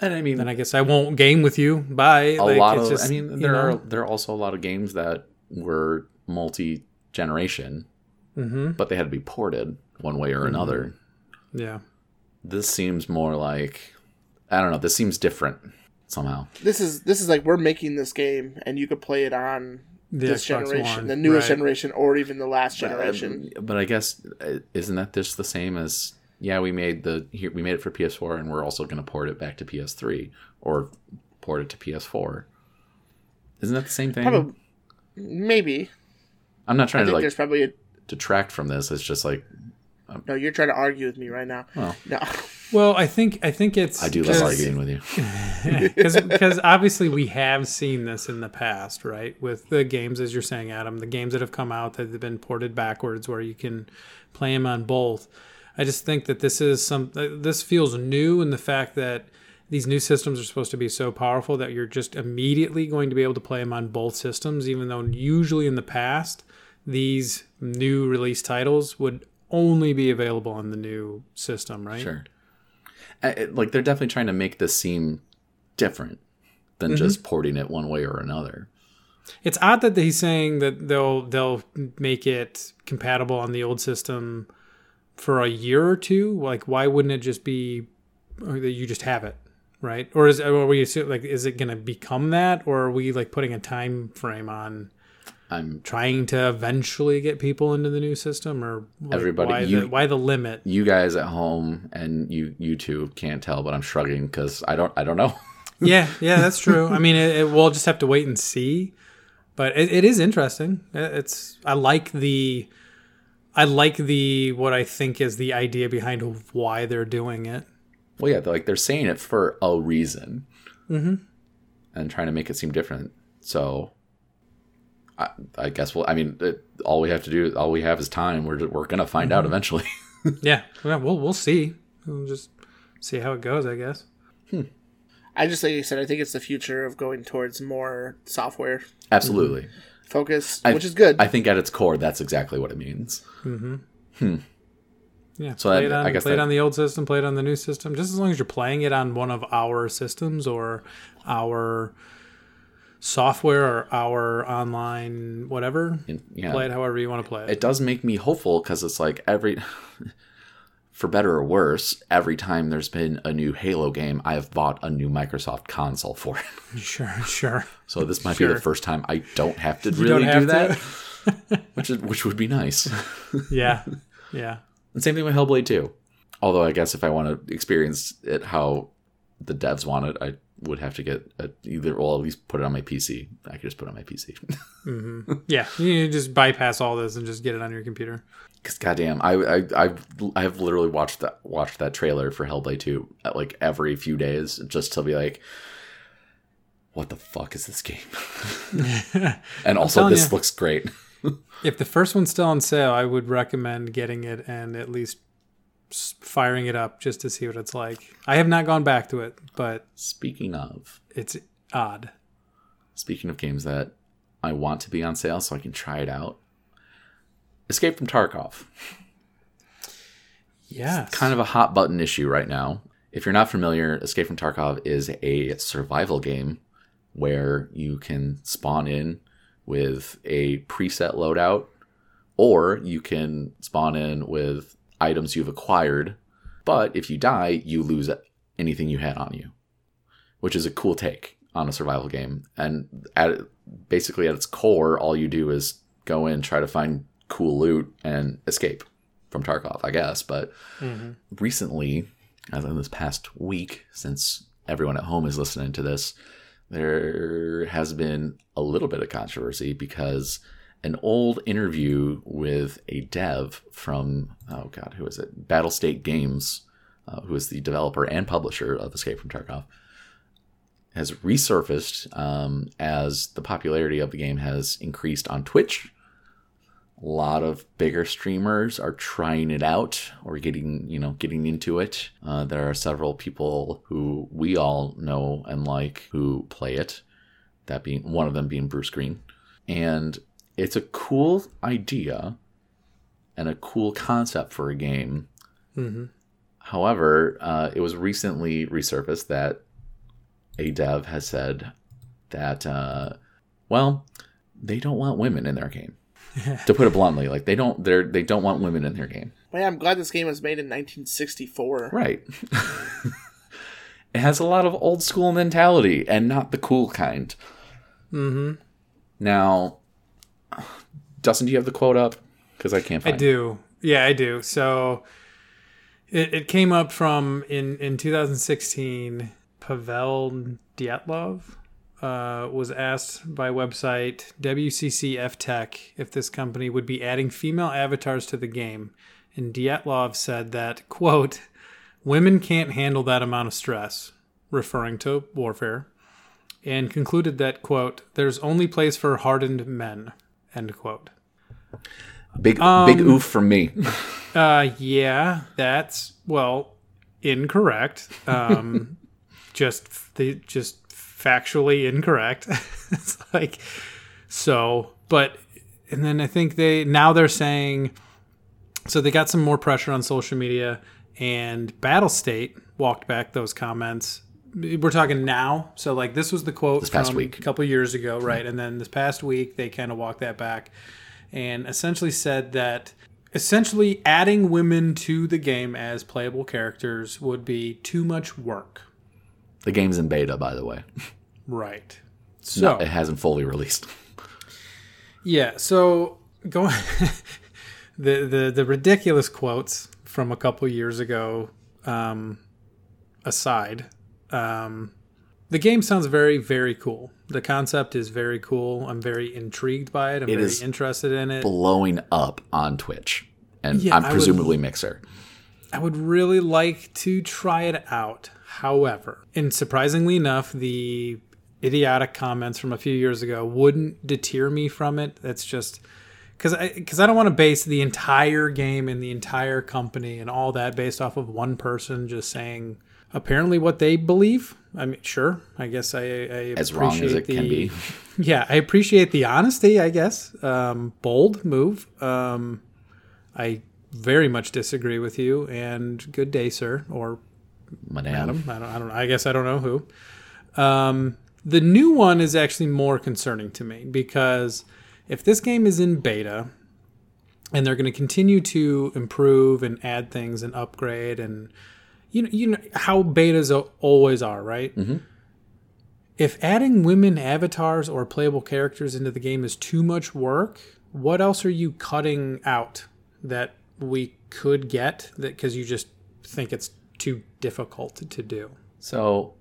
and I mean, then I guess I won't game with you. Bye. a Like, lot it's of. just, I mean, you there are know, there are also a lot of games that were multi generation, Mhm. but they had to be ported one way or another. Yeah. This seems more like, I don't know. This seems different somehow. this is this is like we're making this game and you could play it on The this Xbox generation, One, the newest right. generation, or even the last generation. Um, but I guess uh, isn't that just the same as yeah, we made the here we made it for PS4 and we're also going to port it back to PS3 or port it to PS4. Isn't that the same thing? Probably, maybe. I'm not I trying to think mm. like there's probably a, detract from this. It's just like no. You're trying to argue with me right now. Well. no, Well, I think I think it's I do love Because- arguing with you. because obviously we have seen this in the past, right? With the games, as you're saying, Adam, the games that have come out that have been ported backwards, where you can play them on both. I just think that this is some. uh, This feels new in the fact that these new systems are supposed to be so powerful that you're just immediately going to be able to play them on both systems, even though usually in the past these new release titles would only be available on the new system, right? Sure. I, it- like they're definitely trying to make this seem different than Mm-hmm. just porting it one way or another. It's odd that he's saying that they'll they'll make it compatible on the old system for a year or two. Like, why wouldn't it just be or that you just have it, right? Or is or we assume like is it going to become that, or are we like putting a time frame on I'm trying to eventually get people into the new system, or like, Everybody- why, you- the, why the limit? you guys at home and you YouTube can't tell, but I'm shrugging because I don't I don't know. yeah, yeah, that's true. I mean, it, it, we'll just have to wait and see. But it, it is interesting. It- It's I like the, I like the what I think is the idea behind why they're doing it. Well, yeah, they're, like they're saying it for a reason, mm-hmm. and trying to make it seem different. So, I, I guess well, I mean, it, all we have to do, all we have is time. We're we're gonna find out eventually. Yeah, yeah, we'll we'll see. We'll just see how it goes, I guess. I just like I said, I think it's the future of going towards more software Absolutely. focus, I- which is good. I think at its core, that's exactly what it means. Yeah. So play that- it on, I guess play it that- on the old system, play it on the new system. Just as long as you're playing it on one of our systems or our software or our online whatever. And, yeah. Play it however you want to play it. it does make me hopeful because it's like every for better or worse every time there's been a new halo game i've bought a new microsoft console for it Sure, sure. so this might be Sure. the first time i don't have to don't really do have that which is, which would be nice Yeah. Yeah. and same thing with hellblade 2 although i guess if i want to experience it how the devs want it i would have to get a, either well at least put it on my pc i could just put it on my pc Yeah. You just bypass all this and just get it on your computer. Cause goddamn, I I I've, I've literally watched that watched that trailer for Hellblade two uh, like every few days just to be like, what the fuck is this game? and also, telling this ya. looks great. If the first one's still on sale, I would recommend getting it and at least s- firing it up just to see what it's like. I have not gone back to it, but Speaking of it's odd. speaking of games that I want to be on sale so I can try it out, Escape from Tarkov. Yeah. kind of a hot button issue right now. If you're not familiar, Escape from Tarkov is a survival game where you can spawn in with a preset loadout, or you can spawn in with items you've acquired. But if you die, you lose anything you had on you, which is a cool take on a survival game. And at basically at its core, all you do is go in, try to find cool loot, and escape from Tarkov, I guess. But Mm-hmm. recently, as in this past week, since everyone at home is listening to this, there has been a little bit of controversy because an old interview with a dev from, oh God, who is it? Battlestate Games, uh, who is the developer and publisher of Escape from Tarkov, has resurfaced um, as the popularity of the game has increased on Twitch a lot of bigger streamers are trying it out or getting you know getting into it uh, there are several people who we all know and like who play it that being one of them being bruce green and it's a cool idea and a cool concept for a game hmm However, uh, it was recently resurfaced that a dev has said that, uh, well, they don't want women in their game. to put it bluntly, like they don't they're they don't want women in their game. Man, I'm glad this game was made in 1964. Right. it has a lot of old school mentality and not the cool kind. hmm Now, Dustin, do you have the quote up? Because I can't I find it. do. Yeah, I do. So it, it came up from in in 2016. Pavel Dyatlov uh, was asked by website WCCF Tech if this company would be adding female avatars to the game, and Dyatlov said that quote Women can't handle that amount of stress, referring to warfare, and concluded that quote There's only place for hardened men. End quote. Big Um, big oof from me. Uh, yeah, that's well incorrect. Um, just the just factually incorrect. it's like so, but and then I think they now they're saying so they got some more pressure on social media and Battle State walked back those comments. We're talking now, so like this was the quote this past from week. a couple years ago, right? And then this past week they kind of walked that back and essentially said that essentially adding women to the game as playable characters would be too much work. The game's in beta, by the way. Right. So It hasn't fully released. Yeah. So going the, the the ridiculous quotes from a couple years ago um, aside, um, the game sounds very very cool. The concept is very cool. I'm very intrigued by it. I'm very is interested in it. blowing up on Twitch and Yeah, on I would- presumably Mixer. I would really like to try it out. However, and surprisingly enough, the idiotic comments from a few years ago wouldn't deter me from it. That's just because I because I don't want to base the entire game and the entire company and all that based off of one person just saying apparently what they believe. I mean, sure, I guess I, I as wrong as appreciate it can the- be. yeah, I appreciate the honesty, I guess. Um, bold move. Um, I very much disagree with you. And good day, sir, or Madam. madam. I don't. I don't. I guess I don't know who. Um, the new one is actually more concerning to me because if this game is in beta and they're going to continue to improve and add things and upgrade and you know you know how betas al- always are, right? If adding women avatars or playable characters into the game is too much work, what else are you cutting out that we could get that because you just think it's too difficult to do? So,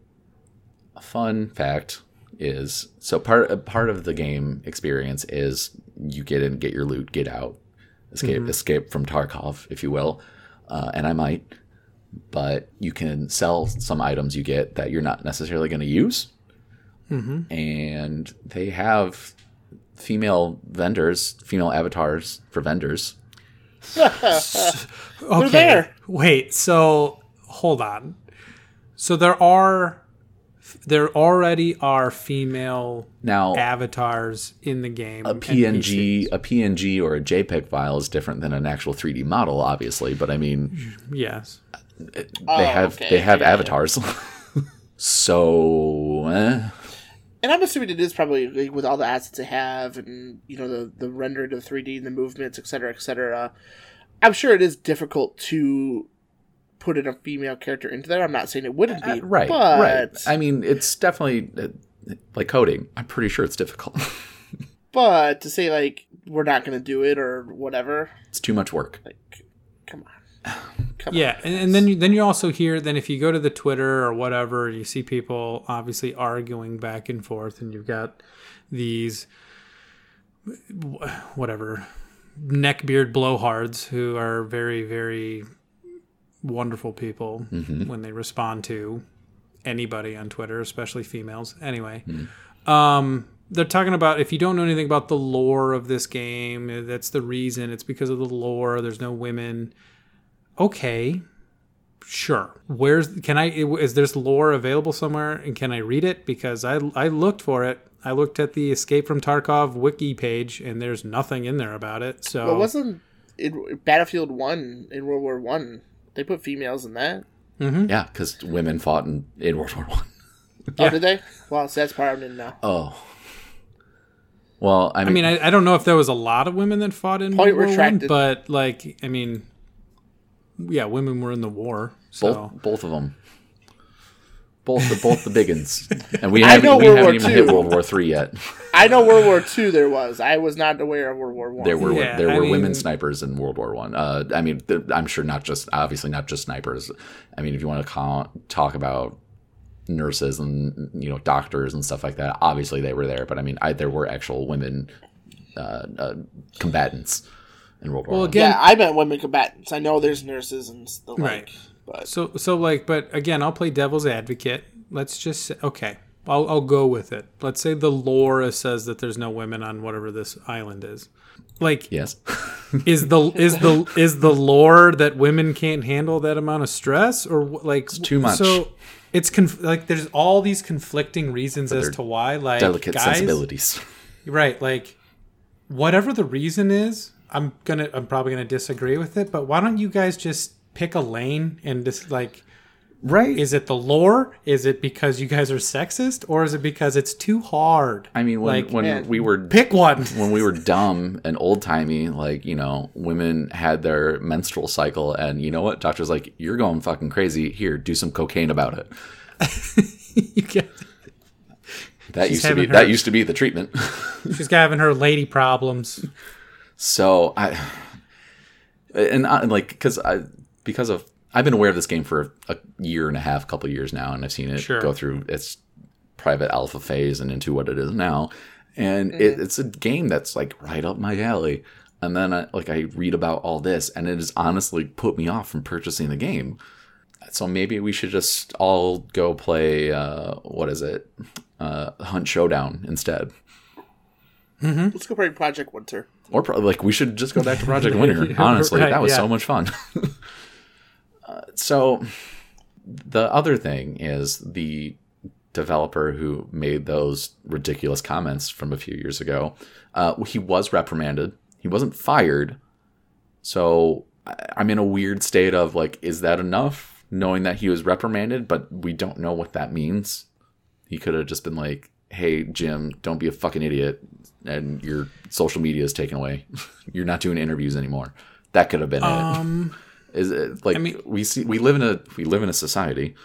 a fun fact is so part a part of the game experience is you get in, get your loot, get out, escape Mm-hmm. escape from Tarkov, if you will, uh, and I might, but you can sell some items you get that you're not necessarily going to use, Mm-hmm. and they have female vendors, female avatars for vendors. Okay. there. Wait, so hold on. So there are there already are female Now, avatars avatars in the game. a PNG, a PNG or a JPEG file is different than an actual 3D model, obviously. But I mean, Yes. Oh, they have okay, they have I gotcha. avatars. so eh, And I'm assuming it is probably like, with all the assets they have, and you know the the rendering of the 3D, and the movements, et cetera, et cetera. I'm sure it is difficult to put in a female character into there. I'm not saying it wouldn't be, Uh, right, But right. I mean, it's definitely uh, like coding. I'm pretty sure it's difficult. but to say like we're not going to do it or whatever, it's too much work. like come on, come Yeah, and, and then you, then you also hear then if you go to the Twitter or whatever, you see people obviously arguing back and forth, and you've got these wh- whatever neckbeard blowhards who are very very wonderful people when they respond to anybody on Twitter, especially females. Anyway, um, they're talking about if you don't know anything about the lore of this game, that's the reason. It's because of the lore. There's no women okay sure where's can i is this lore available somewhere and can i read it because i i looked for it i looked at the escape from tarkov wiki page and there's nothing in there about it so But wasn't in Battlefield One in World War One? They put females in that. Hmm? Yeah, because women fought in, in World War One. Oh, did they? Well, so that's part I didn't know. Oh, well, I mean, i mean I, I don't know if there was a lot of women that fought in Point World War One, retracted. but like i mean yeah women were in the war so both both of them. Both the both the biggins, and we I haven't know we World haven't War even hit Two. World War Three yet. I know World War Two there was. I was not aware of World War One. There were Yeah, there I were women mean- snipers in World War One. Uh, I mean, th- I'm sure not just obviously not just snipers. I mean, if you want to call, talk about nurses and you know doctors and stuff like that, obviously they were there. But I mean, I, there were actual women uh, uh, combatants in World War well One. again Yeah, I meant women combatants. I know there's nurses and s- the like, Right. but So, so like, but again, I'll play devil's advocate. Let's just say, okay, I'll, I'll go with it. Let's say the lore says that there's no women on whatever this island is. Like, Yes, is the is the is the lore that women can't handle that amount of stress or wh- like too much. So it's conf- like there's all these conflicting reasons as their to why, like, delicate guys, sensibilities. right? Like, whatever the reason is, I'm gonna I'm probably gonna disagree with it. But why don't you guys just pick a lane and just like Right. is it the lore? Is it because you guys are sexist, or is it because it's too hard? I mean, when like, when man, we were pick one. when we were dumb and old timey, like, you know, women had their menstrual cycle, and you know what? Doctor's like, you're going fucking crazy. Here, do some cocaine about it. You get- That used to be having that her- used to be the treatment. She's having her lady problems. so I, and I, like, because I because of I've been aware of this game for a year and a half, couple years now, and I've seen it Sure. go through its private alpha phase and into what it is now. And it, it's a game that's like right up my alley. And then I, like I read about all this, and it has honestly put me off from purchasing the game. So maybe we should just all go play uh, what is it, uh, Hunt Showdown instead, let's go play Project Winter. or pro- like we should just go back to Project Winter. Honestly, Right, that was yeah. so much fun. uh, so the other thing is the developer who made those ridiculous comments from a few years ago. Uh, he was reprimanded. He wasn't fired. So I- I'm in a weird state of like, is that enough? Knowing that he was reprimanded, but we don't know what that means. He could have just been like, "Hey Jim, don't be a fucking idiot, and your social media is taken away. You're not doing interviews anymore." That could have been it Um, is it like I mean- we see we live in a we live in a society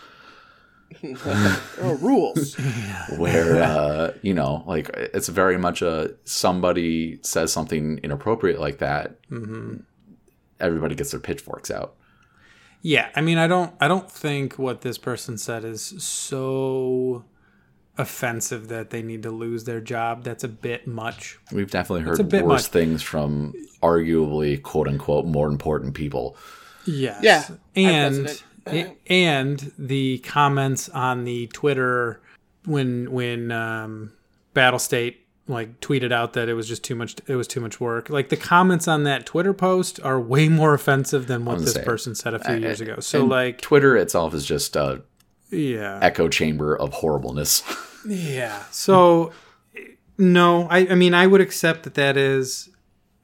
Oh, rules. where uh you know like it's very much a somebody says something inappropriate like that Mm-hmm. everybody gets their pitchforks out Yeah, I mean, I don't, I don't think what this person said is so offensive that they need to lose their job. That's a bit much. we've definitely heard a bit worse much. things from arguably quote unquote more important people Yes. Yeah, I've And president. a- and the comments on the Twitter when when um, Battle State like tweeted out that it was just too much it was too much work. Like the comments on that Twitter post are way more offensive than what this saying. person said a few years ago. So And like twitter itself is just a yeah. echo chamber of horribleness Yeah. So, no, I, I mean, I would accept that that is.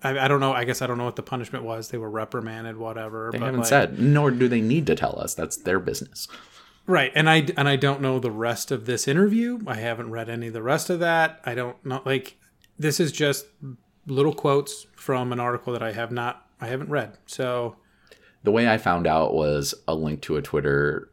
I, I don't know. I guess I don't know what the punishment was. They were reprimanded, whatever. they haven't said nor do they need to tell us that's their business Right, and I and I don't know the rest of this interview. I haven't read any of the rest of that. I don't know. Like, this is just little quotes from an article that I have not. I haven't read. So the way I found out was a link to a Twitter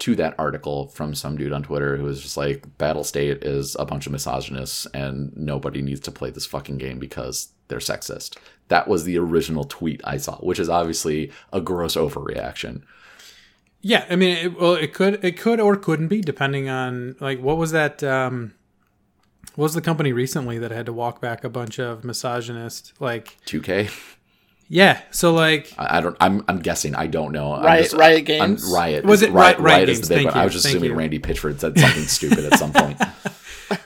to that article from some dude on Twitter who was just like, "Battle State is a bunch of misogynists, and nobody needs to play this fucking game because they're sexist." That was the original tweet I saw, which is obviously a gross overreaction. yeah, I mean, it, well, it could it could or couldn't be depending on like what was that. Um, what was the company recently that had to walk back a bunch of misogynist like 2K. Yeah. So like, I I don't. I'm. I'm guessing. I don't know. I'm Riot- just- Riot I'm- Games? Riot. Was it Riot? Riot- Riot Riot is Games, the big thank one. I you, was just thank assuming you. Randy Pitchford said something stupid at some point.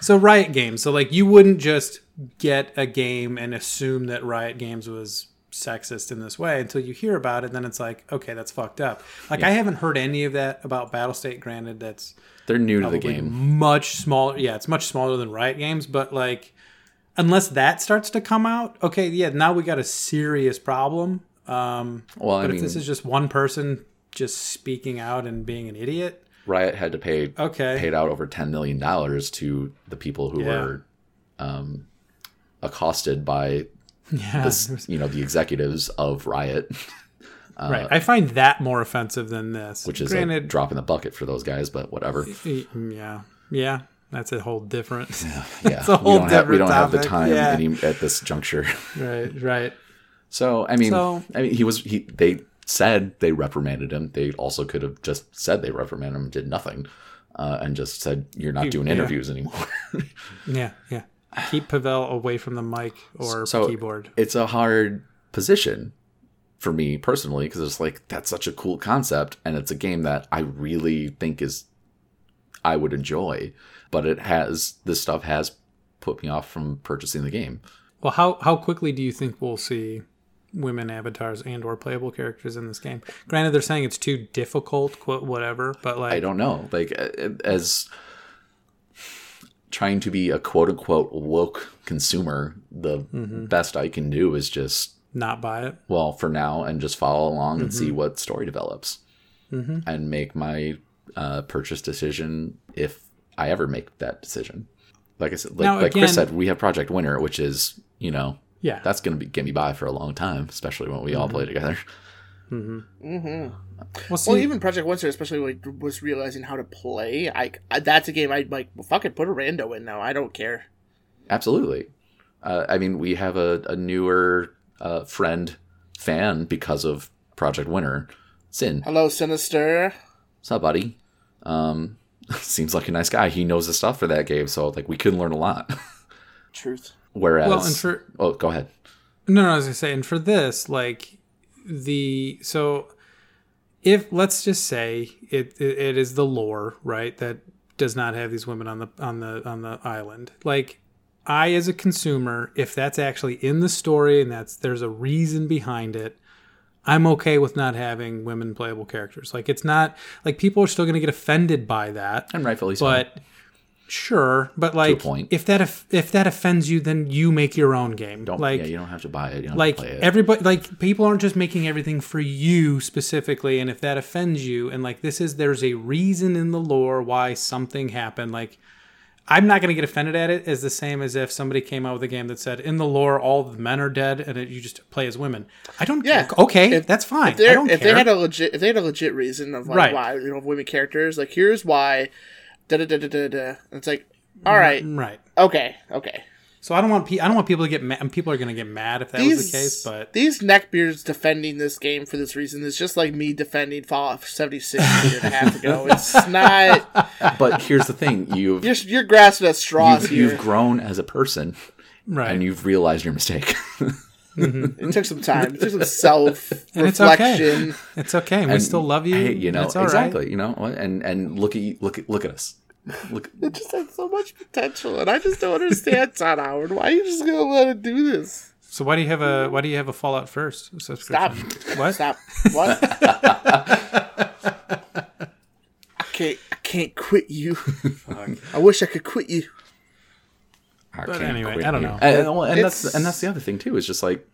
so Riot Games. So like, you wouldn't just get a game and assume that Riot Games was sexist in this way until you hear about it. Then it's like, okay, that's fucked up. Like, I haven't heard any of that about Battlestate. Granted, that's They're new to the like, game. much smaller. Yeah, it's much smaller than Riot Games, but like, unless that starts to come out, okay, yeah, now we got a serious problem. Um, Well, I but mean, if this is just one person just speaking out and being an idiot, Riot had to pay okay, paid out over ten million dollars to the people who Yeah. were um, accosted by yeah, you know the executives of Riot, right. I find that more offensive than this. uh, which is a granted, drop in the bucket for those guys. But whatever, e- yeah, yeah, that's a whole different. yeah, a whole we don't, have, we different don't have the topic, time yeah. any, at this juncture. right, right. So I mean, So- I mean, he was he they said they reprimanded him. They also could have just said they reprimanded him, and did nothing, uh, and just said you're not doing yeah. interviews anymore. Yeah, yeah. Keep Pavel away from the mic or So- keyboard. it's a hard position for me personally because it's like that's such a cool concept and it's a game that I really think is I would enjoy, but it has this stuff has put me off from purchasing the game. Well, how how quickly do you think we'll see women avatars and or playable characters in this game? Granted, they're saying it's too difficult, quote whatever, but like I don't know, like uh, as trying to be a quote unquote woke consumer, the best I can do is just not buy it. well for now and just follow along and Mm-hmm. see what story develops and make my uh, purchase decision if I ever make that decision. Like I said, like, Now, like Chris again- said, we have Project Winner, which is you know Yeah. that's going to be get me by for a long time, especially when we Mm-hmm. all play together. we'll see. Well, even Project Windsor, especially like was realizing how to play. I, I that's a game I'd like. Well, fuck it, put a rando in now. I don't care. Absolutely. Uh, I mean, we have a, a newer uh, friend fan because of Project Winner, Sin. Hello, Sinister. What's up, buddy? Um, seems like a nice guy. He knows the stuff for that game, so like we can learn a lot. Truth. Whereas, well, and for oh, go ahead. No, no, I was gonna say, and for this, like the so if let's just say it, it it is the lore, right, that does not have these women on the on the on the island. Like I as a consumer, if that's actually in the story and that's there's a reason behind it, I'm okay with not having women playable characters. Like it's not like people are still going to get offended by that, and rightfully so. but sure, but like point. if that if, if that offends you then you make your own game. don't, like yeah, you don't have to buy it. You don't like have to play it. everybody like people aren't just making everything for you specifically and if that offends you and like this is there's a reason in the lore why something happened like i'm not going to get offended at it as the same as if somebody came out with a game that said in the lore all the men are dead and it, you just play as women i don't Yeah. okay If- that's fine If, they're- i don't if care they had a legit, if they had a legit reason of like Right. why you know women characters, like here's why, da da da da da da. And It's like, all right, right okay, okay. so i don't want pe- i don't want people to get mad and people are going to get mad if that was the case but these neckbeards defending this game for this reason is just like me defending Fallout 76 a year and a half ago. It's not but here's the thing: you've you're, you're grasping at straws you've, here. you've grown as a person, right and you've realized your mistake. It took some time. It took some self it's okay. reflection. it's okay we And, still love you hey, you know It's all right. exactly. You know, what? and and look at you, look at look at us. Look, It just had so much potential, and I just don't understand, Todd Howard. Why are you just gonna let it do this? So why do you have a why do you have a Fallout First Stop. subscription? What? Stop. What? I can't. I can't quit you. I wish I could quit you. But anyway, I don't know. And, well, and that's It's- and that's the other thing too is just like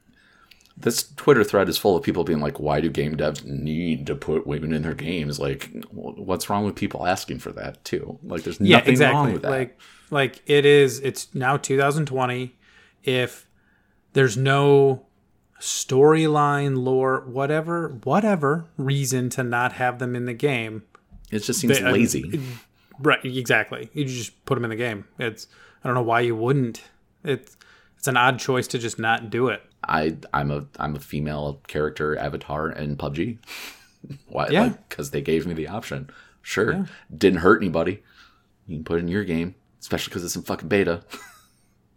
this Twitter thread is full of people being like, "Why do game devs need to put women in their games?" Like, wh- what's wrong with people asking for that too? Like, there's Yeah, nothing exactly. wrong with that. Like like it is it's now 2020 if there's no storyline lore whatever whatever reason to not have them in the game. it just seems They- I- lazy. Right, exactly. You just put them in the game. It's I don't know why you wouldn't. It's it's an odd choice to just not do it. I I'm a I'm a female character avatar in PUBG. Why? Yeah. because they gave me the option. Sure, didn't hurt anybody. You can put it in your game, especially because it's in fucking beta.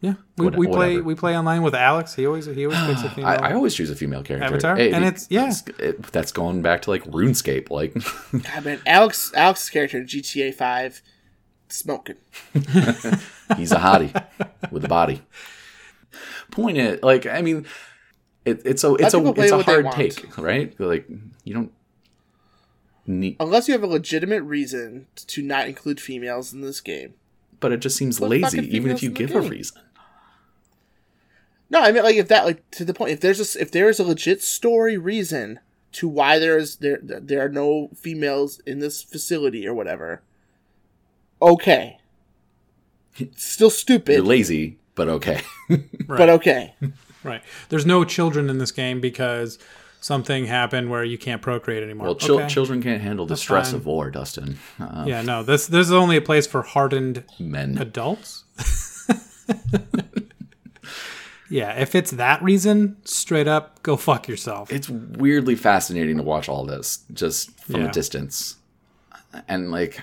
Yeah. We, What- we play whatever. we play online with Alex. He always he always picks a female. I, I always choose a female character. Avatar? And be- it's- yeah. it- that's going back to like RuneScape. Like, God, man, Alex. Alex's character in GTA Five, smoking. he's a hottie with a body. Point it. Like, I mean, it, it's a it's a people play it's a what they hard want. take, right? Like, you don't need, Unless you have a legitimate reason to not include females in this game. but it just seems Put lazy, fucking even females if you in the give a game. reason. No, I mean like if that like to the point if there's a s if there is a legit story reason to why there is there there are no females in this facility or whatever. Okay. Still stupid, You're lazy, but okay. but okay. Right. There's no children in this game because something happened where you can't procreate anymore. Well, chil- Okay. children can't handle the stress fine. of war, Dustin. Uh, Yeah, no. This this is only a place for hardened Men. adults. yeah, if it's that reason, straight up go fuck yourself. It's weirdly fascinating to watch all this just from Yeah. a distance. And like,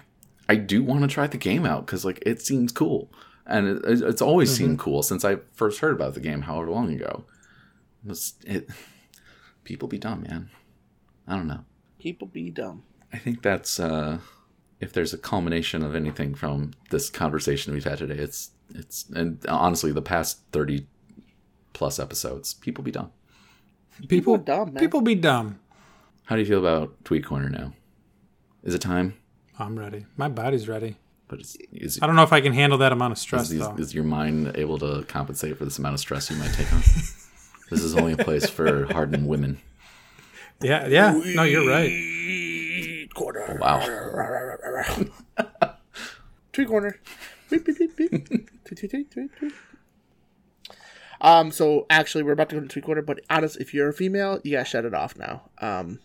I do want to try the game out because like it seems cool, and it, it- it's always Mm-hmm. seemed cool since I first heard about the game, however long ago. It's- it, people be dumb, man. I don't know. People be dumb. I think that's uh, if there's a culmination of anything from this conversation we've had today, it's it's and honestly the past thirty plus episodes, people be dumb. people are dumb, man. People be dumb. How do you feel about Tweet Corner now? Is it time? I'm ready. My body's ready. But is is, I don't know if I can handle that amount of stress is, is, though. is your mind able to compensate for this amount of stress you might take on? this is only a place for hardened women. yeah, yeah. No, you're right. Wow. Tree corner. Beep, beep, beep, beep. Tweet, tweet, tweet, tweet, tweet. Um, so actually, we're about to go to tweet corner, but honest, if you're a female, you gotta shut it off now. Um,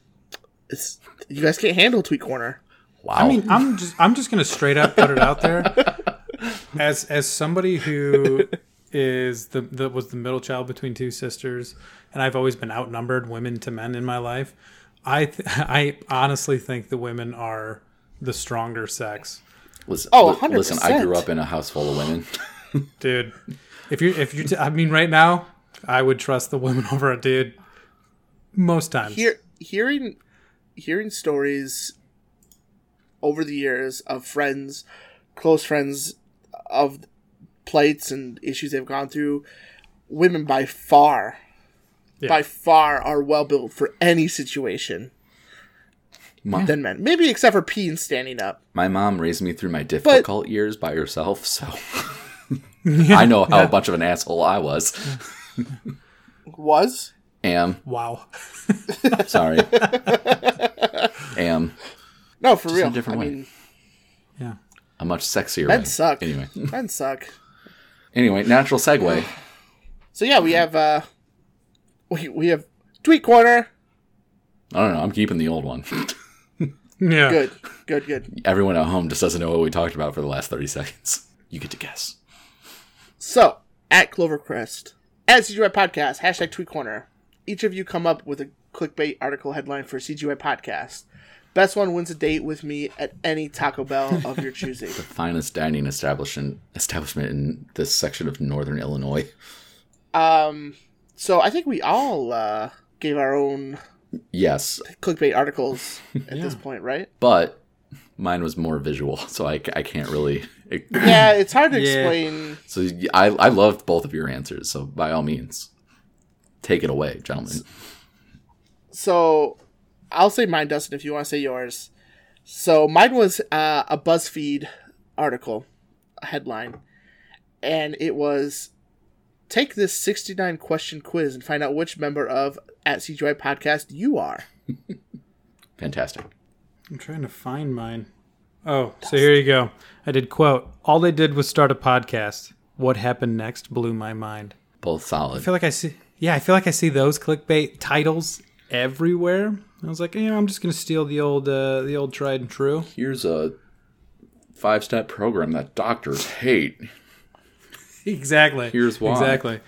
it's you guys can't handle tweet corner. Wow. I mean, I'm just I'm just gonna straight up put it out there. As as somebody who is the, the was the middle child between two sisters, and I've always been outnumbered women to men in my life. I th- I honestly think the women are the stronger sex, listen, Oh, li- listen, I grew 100%. up in a house full of women. dude. If you if you t- I mean right now, I would trust the women over a dude most times. hear, hearing hearing stories over the years of friends, close friends of plates and issues they've gone through, women by far Yeah. by far are well built for any situation My, than men. Maybe except for peeing standing up. my mom raised me through my difficult years by herself, so I know how a bunch of an asshole I was. Was Am Wow. sorry. Am no for in a real. different I way. mean, Yeah. a much sexier. way. men suck. Anyway, men suck. anyway, natural segue. So yeah, we have uh, we we have tweet corner. I don't know. I'm keeping the old one. Yeah. Good, good, good. Everyone at home just doesn't know what we talked about for the last 30 seconds. You get to guess. So at Clovercrest, at CGY Podcast hashtag tweet corner. Each of you come up with a clickbait article headline for CGY Podcast. Best one wins a date with me at any Taco Bell of your choosing. Finest dining establishment establishment in this section of northern Illinois. Um, so I think we all uh, gave our own Yes, clickbait articles at this point, right? but mine was more visual, so I, I can't really. Yeah, Uh, it's hard to Yeah. explain. So I I loved both of your answers. So by all means, take it away, gentlemen. So I'll say mine, Dustin, if you want to say yours. So mine was uh, a BuzzFeed article, a headline, and it was take this 69 question quiz and find out which member of at CGI podcast you are. Fantastic. I'm trying to find mine. Oh, so here you go. I did quote, all they did was start a podcast. What happened next blew my mind. Both I solid. feel like I see yeah, I feel like I see those clickbait titles everywhere. I was like, you know, I'm just gonna steal the old uh, the old tried and true. Here's a five step program that doctors hate. Exactly. Here's why. Exactly.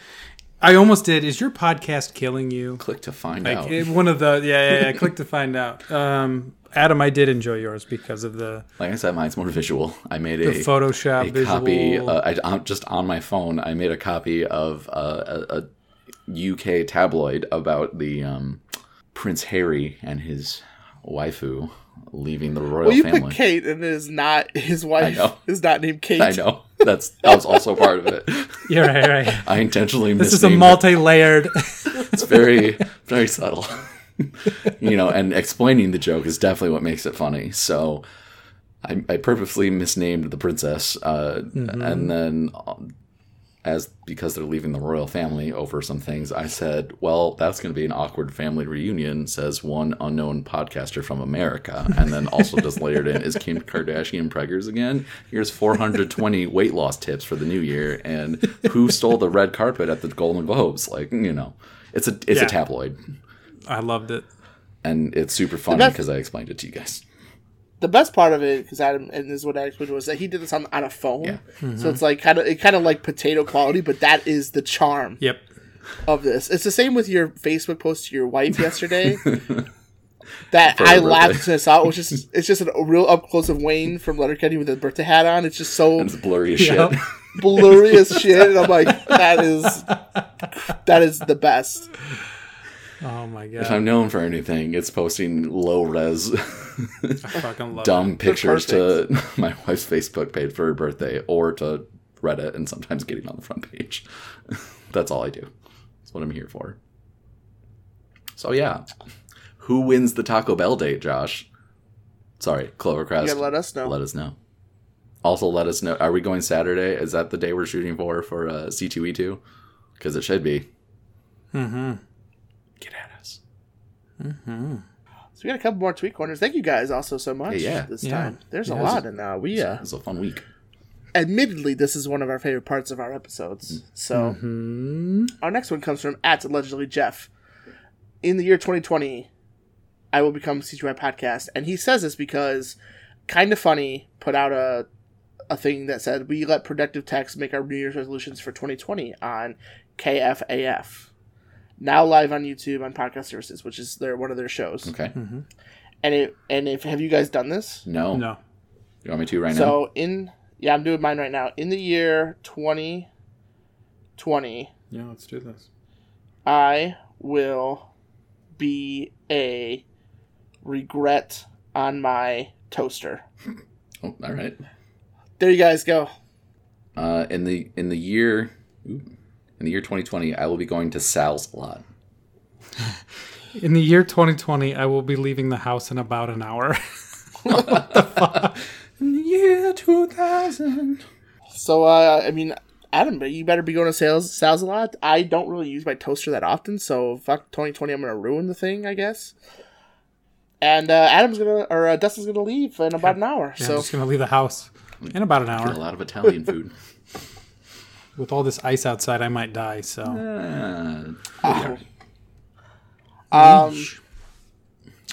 I almost did. Is your podcast killing you? Click to find Like out. it- one of the yeah yeah yeah. click to find out. Um, Adam, I did enjoy yours because of the, like I said, mine's more visual. I made the a Photoshop a visual. copy. Uh, I, I'm just on my phone. I made a copy of uh, a, a UK tabloid about the um, Prince Harry and his waifu leaving the royal Well, you family. put Kate, and it is not his wife. know. Is not named Kate. I know that's that was also part of it. yeah right right. I intentionally This is a misnamed it. multi-layered. It's very very subtle. you know, and explaining the joke is definitely what makes it funny. So. I, I purposely misnamed the princess, uh, Mm-hmm. and then uh, as because they're leaving the royal family over some things, I said, "Well, that's going to be an awkward family reunion," says one unknown podcaster from America, and then also just layered in is Kim Kardashian preggers again. Here's 420 weight loss tips for the new year, and who stole the red carpet at the Golden Globes? Like you know, it's a it's Yeah. a tabloid, I loved it. and it's super funny best- because I explained it to you guys. the best part of it because Adam and this is what I explained was that he did this on on a phone, so it's like kind of it kind of like potato quality, but that is the charm Yep. of this. It's the same with your Facebook post to your wife yesterday. That I her laughed birthday. when I saw it. Was just it's just a real up close of Wayne from Letterkenny with his birthday hat on. It's just so It's blurry as Yep. shit. blurry as shit, and I'm like, that is that is the best. Oh my If god. I'm known for anything, it's posting low res I fucking love dumb pictures to my wife's Facebook page for her birthday or to Reddit and sometimes getting on the front page. That's all I do. That's what I'm here for. So yeah. Who wins the Taco Bell date, Josh? Sorry, Clovercrest. You gotta let us know. Let us know. Also let us know. Are we going Saturday? Is that the day we're shooting for for uh, C2E2? Because it should be. it. Mm-hmm. Get at us. so we got a couple more tweet corners. Thank you guys also so much. Hey, yeah. this Yeah. time there's Yeah, a it was- lot, and uh, we uh, It was a fun week. admittedly, this is one of our favorite parts of our Mm. episodes. So Mm-hmm. our next one comes from at allegedly Jeff. In the year 2020, I will become CGI podcast, and he says this because kind of funny put out a a thing that said we let productive techs make our New Year's resolutions for 2020 on KFAF. Now live on YouTube on podcast services, which is their one of their shows. Okay. And it and if have you guys done this? No. Mm-hmm. No. You want me to right now? So in yeah, I'm doing mine right now. In the year 2020, Yeah, let's do this. I will be a regret on my toaster. Oh, all right. There you guys go. Uh, in the in the year ooh, in the year 2020, I will be going to Sal's a lot. In the year 2020, I will be leaving the house in about an hour. what the fuck? In the year 2000. So uh, I mean, Adam, you better be going to sales sales a lot. I don't really use my toaster that often, so fuck 2020. I'm gonna ruin the thing, I guess. And uh, Adam's gonna or uh, Dustin's gonna leave in about an hour. Yeah, I'm so just going to leave the house in about an A hour. lot of Italian food. With all this ice outside, I might die, so. Uh, um,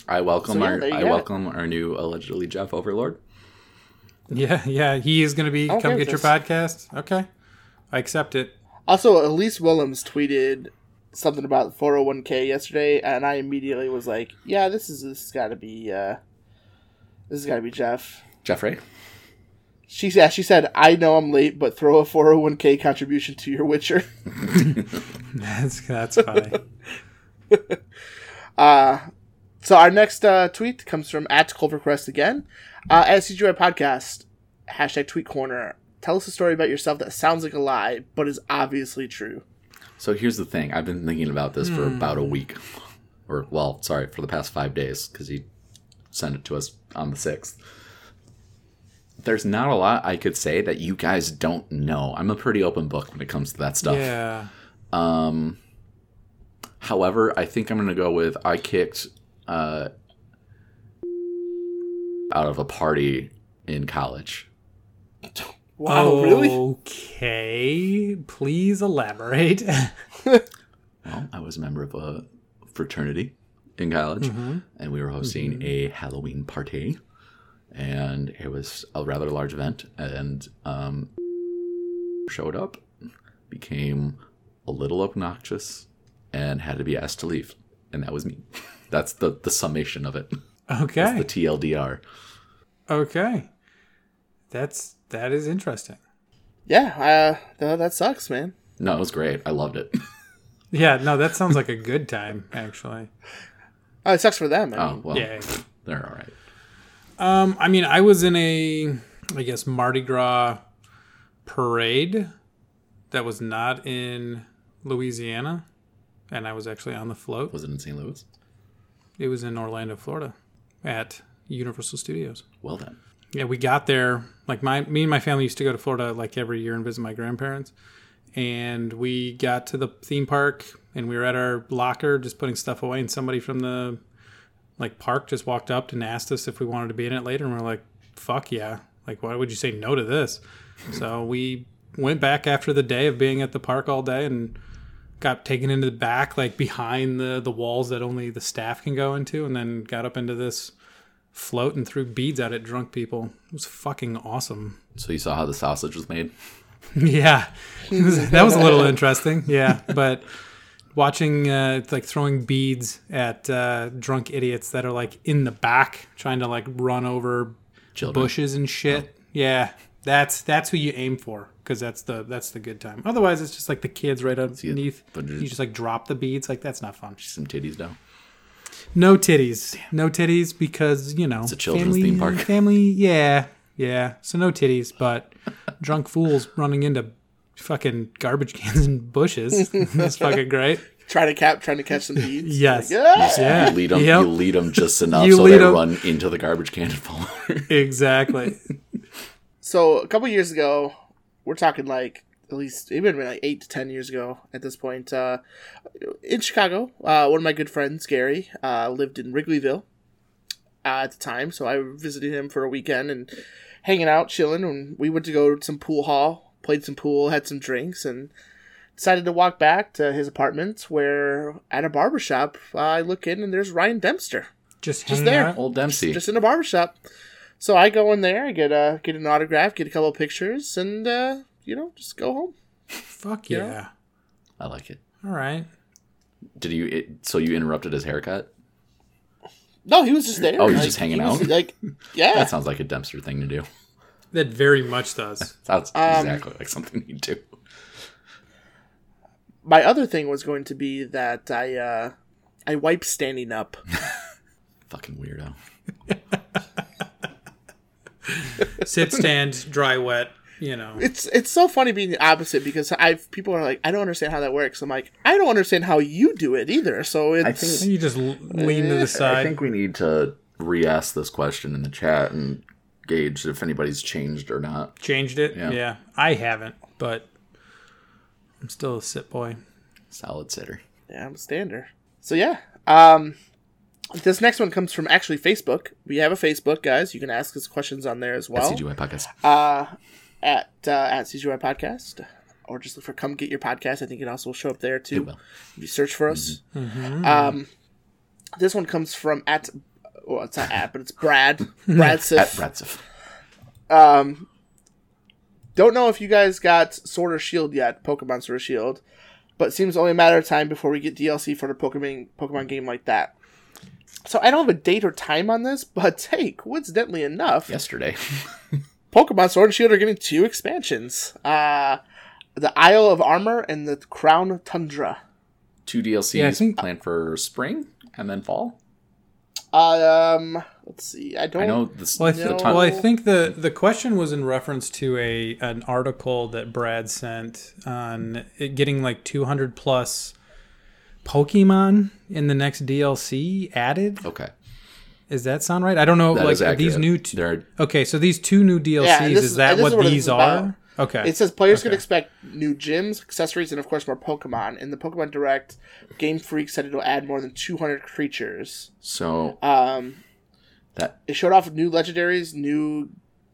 I welcome So, yeah, our there you I have it. welcome our new allegedly Jeff Overlord. Yeah, yeah. He is going to be, don't come care get your if podcast. Okay. I accept it. also Elise Willems tweeted something about 401k yesterday, and I immediately was like, yeah, this is this has got to be uh, this has got to be Jeff. Jeffrey. She yeah, she said, I know I'm late, but throw a 401k contribution to your Witcher. That's, that's funny. So our next uh, tweet comes from at Culvercrest again. Uh, at CGI Podcast, hashtag tweet corner. Tell us a story about yourself that sounds like a lie, but is obviously true. So here's the thing. I've been thinking about this for about a week, or well, sorry, for the past five days because he sent it to us on the sixth. There's not a lot I could say that you guys don't know. I'm a pretty open book when it comes to that stuff. Yeah. However, I think I'm gonna go with I kicked uh, out of a party in college. Wow, Oh. really? Okay. Please elaborate. Well, I was a member of a fraternity in college, and we were hosting a Halloween party, and it was a rather large event. And um, showed up, became a little obnoxious, and had to be asked to leave. And that was me. That's the the summation of it. Okay. The TLDR. Okay. That's that is interesting. Yeah, uh, th- that sucks, man. No, it was great. I loved it. Yeah, no, that sounds like a good time actually. Oh, it sucks for them. I Oh mean. well, Yeah. they're all right. Um I mean, I was in a I guess Mardi Gras parade that was not in Louisiana and I was actually on the float. Was it in St. Louis? It was in Orlando, Florida at Universal Studios. Well then, yeah, we got there. Like my me and my family used to go to Florida like every year and visit my grandparents. And we got to the theme park and we were at our locker just putting stuff away and somebody from the like park just walked up and asked us if we wanted to be in it later and we are like, Fuck yeah. Like why would you say no to this? so we went back after the day of being at the park all day and got taken into the back, like behind the the walls that only the staff can go into, and then got up into this float and threw beads out at drunk people. It was fucking awesome. so you saw how the sausage was made. Yeah, It was- that was a little interesting. Yeah, but watching uh, it's like throwing beads at uh, drunk idiots that are like in the back trying to like run over Children. bushes and shit. Yeah, that's that's who you aim for because that's the that's the good time. Otherwise, it's just like the kids right underneath. but You just like drop the beads. Like that's not fun. Some titties down. No titties. No titties because, you know, it's a children's theme park. Family, yeah. Yeah. So no titties, but drunk fools running into fucking garbage cans and bushes. That's fucking great. Trying to cap, trying to catch some beads. Yes. Yeah. Yeah. You lead them. Yep. You lead 'em just enough You so lead they 'em. run into the garbage can and fall. over. Exactly. So a couple years ago, we're talking like at least it would have been like eight to ten years ago at this point. Uh, in Chicago, uh, one of my good friends, Gary, uh, lived in Wrigleyville uh, at the time, so I visited him for a weekend and hanging out, chilling. And we went to go to some pool hall, played some pool, had some drinks, and decided to walk back to his apartment. Where at a barber shop, I look in and there's Ryan Dempster Just hanging there. out. Old Dempsey. just in a barbershop. So I go in there, I get a get an autograph, get a couple of pictures, and uh, you know, just go home. Fuck yeah. I like it. All right. Did you? It, so you interrupted his haircut? No, he was just there. Oh, he was just hanging was, out? Like, yeah, That sounds like a Dempster thing to do. That very much does. Sounds exactly like something you do. my other thing was going to be that I uh, I wipe standing up. Fucking weirdo. Sit, stand, dry, wet, you know. It's it's so funny being the opposite because I people are like, I don't understand how that works. I'm like, I don't understand how you do it either. So it's I I think think you just l- lean to the I side. think we need to re-ask this question in the chat and gauge if anybody's changed or not. Changed it. Yeah. Yeah. I haven't, but I'm still a sit boy. Solid sitter. Yeah, I'm a stander. So yeah. Um this next one comes from actually Facebook. We have a Facebook, guys. You can ask us questions on there as well. CGI podcast. Uh at uh, at CGY Podcast. Or just look for come get your podcast. I think it also will show up there too. will. If you search for us. Um this one comes from at well, it's not at, but it's Brad. Brad At Sif. Bratzif. Um, don't know if you guys got Sword or Shield yet, Pokemon Sword or Shield, but seems only a matter of time before we get DLC for the Pokemon Pokemon game like that. So I don't have a date or time on this, but hey, coincidentally enough, Yesterday. Pokemon Sword and Shield are getting two expansions: uh, the Isle of Armor and the Crown Tundra. Two DLCs Yeah, I think- planned for spring and then fall. Um, let's see. I don't. I know this, Well, I, the th- No. time- well, I think the, the question was in reference to a an article that Brad sent on it getting like 200 plus Pokemon in the next DLC added. Okay. Is that sound right? I don't know. Oh. that is like are these accurate. new. T- There are- okay, so these two new DLCs Yeah, this is is- that this is what, what it's these about. are? Okay. It says players could expect new gyms, accessories, and of course more Pokemon. In the Pokemon Direct, Game Freak said it'll add more than 200 creatures. So Um, that it showed off new legendaries, new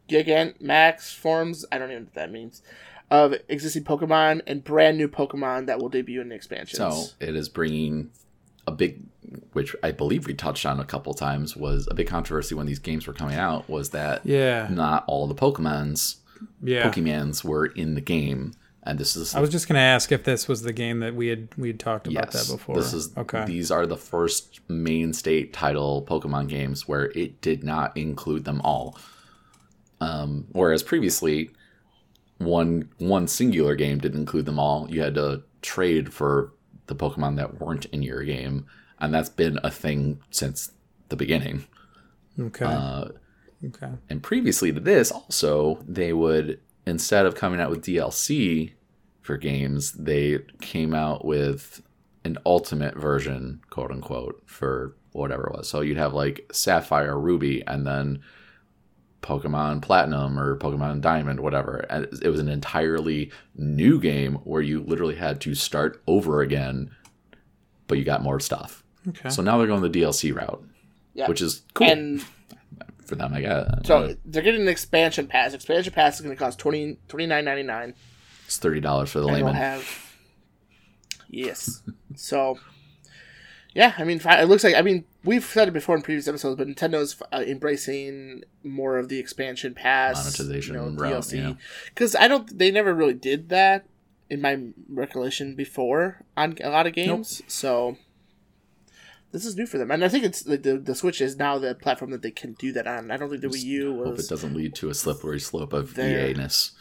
Gigant Max forms. I don't even know what that means. Of existing Pokemon and brand new Pokemon that will debut in the expansions. so it is bringing a big, which I believe we touched on a couple times, was a big controversy when these games were coming out was that yeah. not all the Pokemon's Yeah. Pokemans were in the game, and this is I was just gonna ask if this was the game that we had we had talked about yes, that before. This is okay. These are the first main state title Pokemon games where it did not include them all. Um, whereas previously, one one singular game didn't include them all. You had to trade for the Pokemon that weren't in your game, and that's been a thing since the beginning. okay. Uh, okay. and previously to this, also, they would, instead of coming out with DLC for games, they came out with an ultimate version, quote unquote, for whatever it was. So you'd have like Sapphire, Ruby, and then Pokemon Platinum or Pokemon Diamond, whatever. And it was an entirely new game where you literally had to start over again, but you got more stuff. Okay. So now they're going the DLC route, Yeah. which is cool And for them, I guess. so they're getting an expansion pass. Expansion pass is going to cost 20 $29.99. It's thirty dollars for the I don't layman. have. Yes. so, yeah, I mean, fi- it looks like I mean we've said it before in previous episodes, but Nintendo's uh, embracing more of the expansion pass Monetization you know, route, yeah. DLC because I don't. They never really did that in my recollection before on a lot of games. So. This is new for them, and I think it's like the, the Switch is now the platform that they can do that on. I don't think the Wii U Hope it was. doesn't lead to a slippery slope of E There. EA-ness.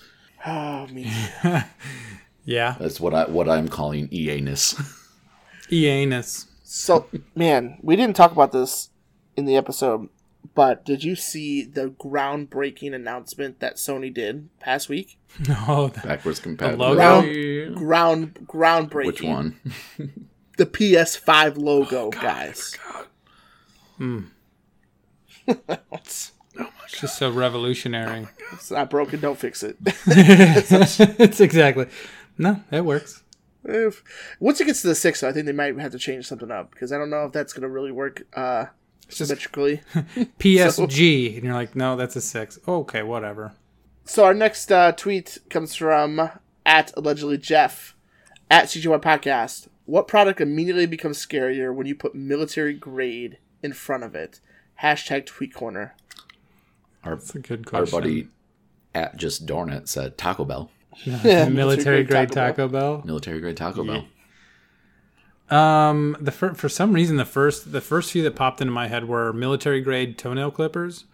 Oh, me. yeah. That's what I what I'm calling E EA-ness. EA-ness. So, man, we didn't talk about this in the episode, but did you see the groundbreaking announcement that Sony did past week? Oh, the Backwards compatibility. logo. Ground groundbreaking. Which one? Oh, The PS5 logo, guys. Hmm. It's just so revolutionary. It's not broken, don't fix it. it's exactly. No, that works. If- once it gets to the six, though, I think they might have to change something up because I don't know if that's going to really work uh, just- symmetrically. PSG, and you're like, no, that's a six. Okay, whatever. So our next uh, tweet comes from at allegedly Jeff at CGY Podcast. What product immediately becomes scarier when you put military grade in front of it? Hashtag tweet corner. Our, It's a good our question. buddy at just darn it said Taco Bell, Yeah, military grade Taco Bell. military grade Taco Bell. Um, the fir- for some reason the first the first few that popped into my head were military grade toenail clippers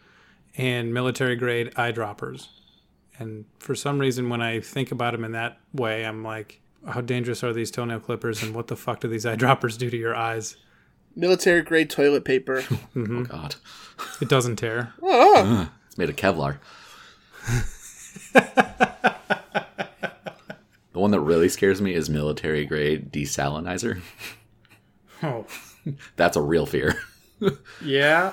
and military grade eyedroppers. And for some reason, when I think about them in that way, I'm like, how dangerous are these toenail clippers, and what the fuck do these eyedroppers do to your eyes? Military grade toilet paper. Hmm. Oh God, It doesn't tear. oh, it's made of Kevlar. The one that really scares me is military grade desalinizer. Oh, That's a real fear. yeah.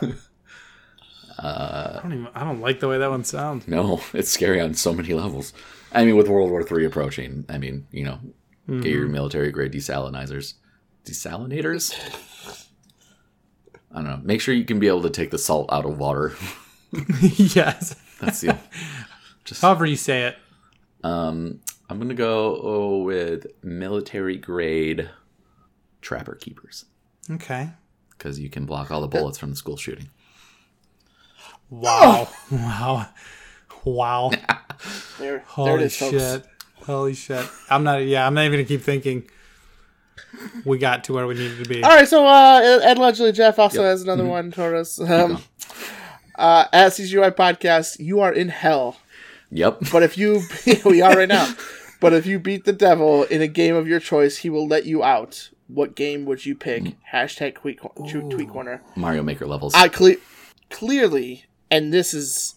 Uh, I don't even. I don't like the way that one sounds. No, it's scary on so many levels. I mean, with World War III approaching, I mean, you know, get your military grade desalinizers, desalinators. I don't know. Make sure you can be able to take the salt out of water. yes. That's the. However you say it. um, I'm gonna go oh, with military grade trapper keepers Okay. because you can block all the bullets from the school shooting. Wow. Wow. Wow. There, there it Holy is, folks. shit. Holy shit. I'm not yeah, I'm not even gonna keep thinking. We got to where we needed to be. All right, so uh, Ed Ledgely Jeff also has another Mm-hmm. one for us. Um, uh, at CGY Podcast, you are in hell. Yep. But if you, we are right now. But if you beat the devil in a game of your choice, he will let you out. What game would you pick? Hashtag tweet, cor- tweet, tweet corner. Mario Maker levels. I cle- clearly, and this is,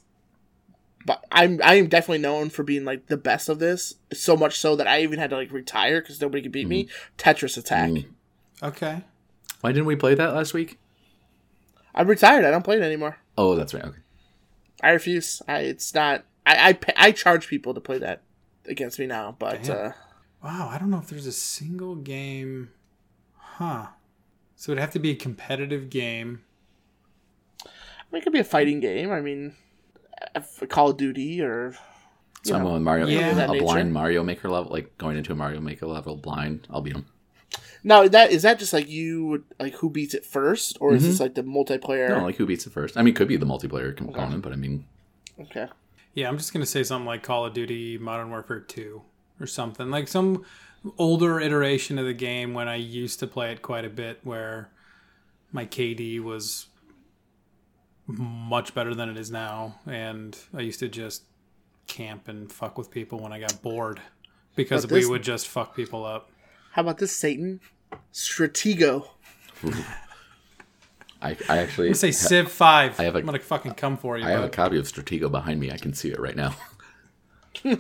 but I'm I am definitely known for being like the best of this. So much so that I even had to like retire because nobody could beat me. Tetris Attack. Mm. Okay. Why didn't we play that last week? I'm retired. I don't play it anymore. Oh, that's right. Okay. I refuse. I, it's not. I I, pay, I charge people to play that against me now, but Damn. uh, Wow, I don't know if there's a single game Huh. So it'd have to be a competitive game. I mean, it could be a fighting game. I mean, if- Call of Duty or So I'm going with Mario, Yeah. a That nature. blind Mario Maker level, like going into a Mario Maker level blind. I'll beat him. now that is that just like you would like who beats it first, or is this like the multiplayer? Mm-hmm. No, like who beats it first? I mean, could be the multiplayer component, but I mean, okay, Yeah, I'm just gonna say something like Call of Duty Modern Warfare two or something. Like some older iteration of the game when I used to play it quite a bit where my KD was much better than it is now and I used to just camp and fuck with people when I got bored because But we this- would just fuck people up. how about this Satan Stratego? I, I actually I say Civ five. I have a- am gonna fucking come for you. I have a bud. copy of Stratego behind me. I can see it right now.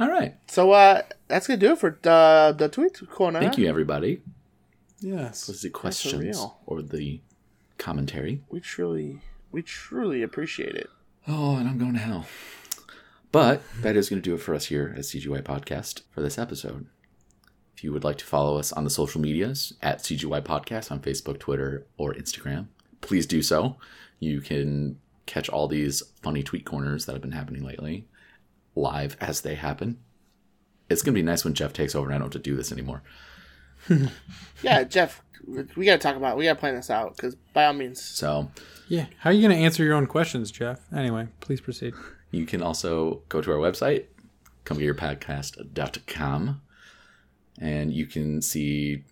All right. So uh, that's gonna do it for the the tweet corner. Thank you, everybody. yes. Was the questions real. or the commentary? We truly we truly appreciate it. Oh, and I'm going to hell. But that is going to do it for us here at CGY Podcast for this episode. If you would like to follow us on the social medias at CGY Podcast on Facebook, Twitter, or Instagram, please do so. You can catch all these funny tweet corners that have been happening lately live as they happen. It's going to be nice when Jeff takes over and I don't have to do this anymore. Yeah, Jeff, we gotta talk about. We gotta plan this out because by all means, So Yeah. How are you gonna answer your own questions, Jeff? Anyway, please proceed. You can also go to our website, comegearpodcast.com, and you can see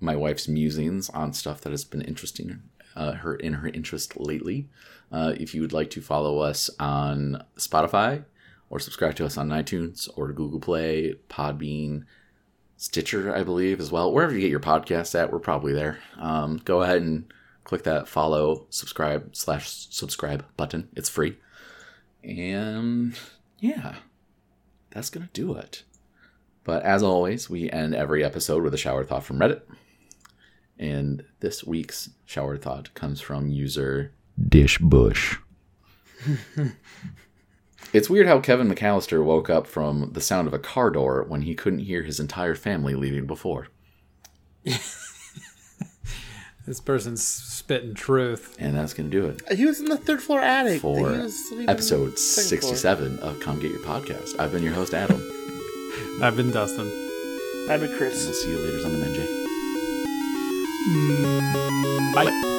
my wife's musings on stuff that has been interesting uh, her in her interest lately. Uh, if you would like to follow us on Spotify or subscribe to us on iTunes or Google Play, Podbean, Stitcher, I believe, as well. Wherever you get your podcasts at, we're probably there. Um, go ahead and click that follow, subscribe, slash subscribe button. It's free. And yeah, that's going to do it. But as always, we end every episode with a shower thought from Reddit. And this week's shower thought comes from user Dishbush. it's weird how Kevin McAllister woke up from the sound of a car door when he couldn't hear his entire family leaving before. This person's spitting truth. And that's going to do it he was in the third floor attic. for He was sleeping on episode the second floor. 67 of Come Get Your Podcast. I've been your host, Adam. I've been Dustin. I'm a Chris. We'll see you later on the Menjay. Bye.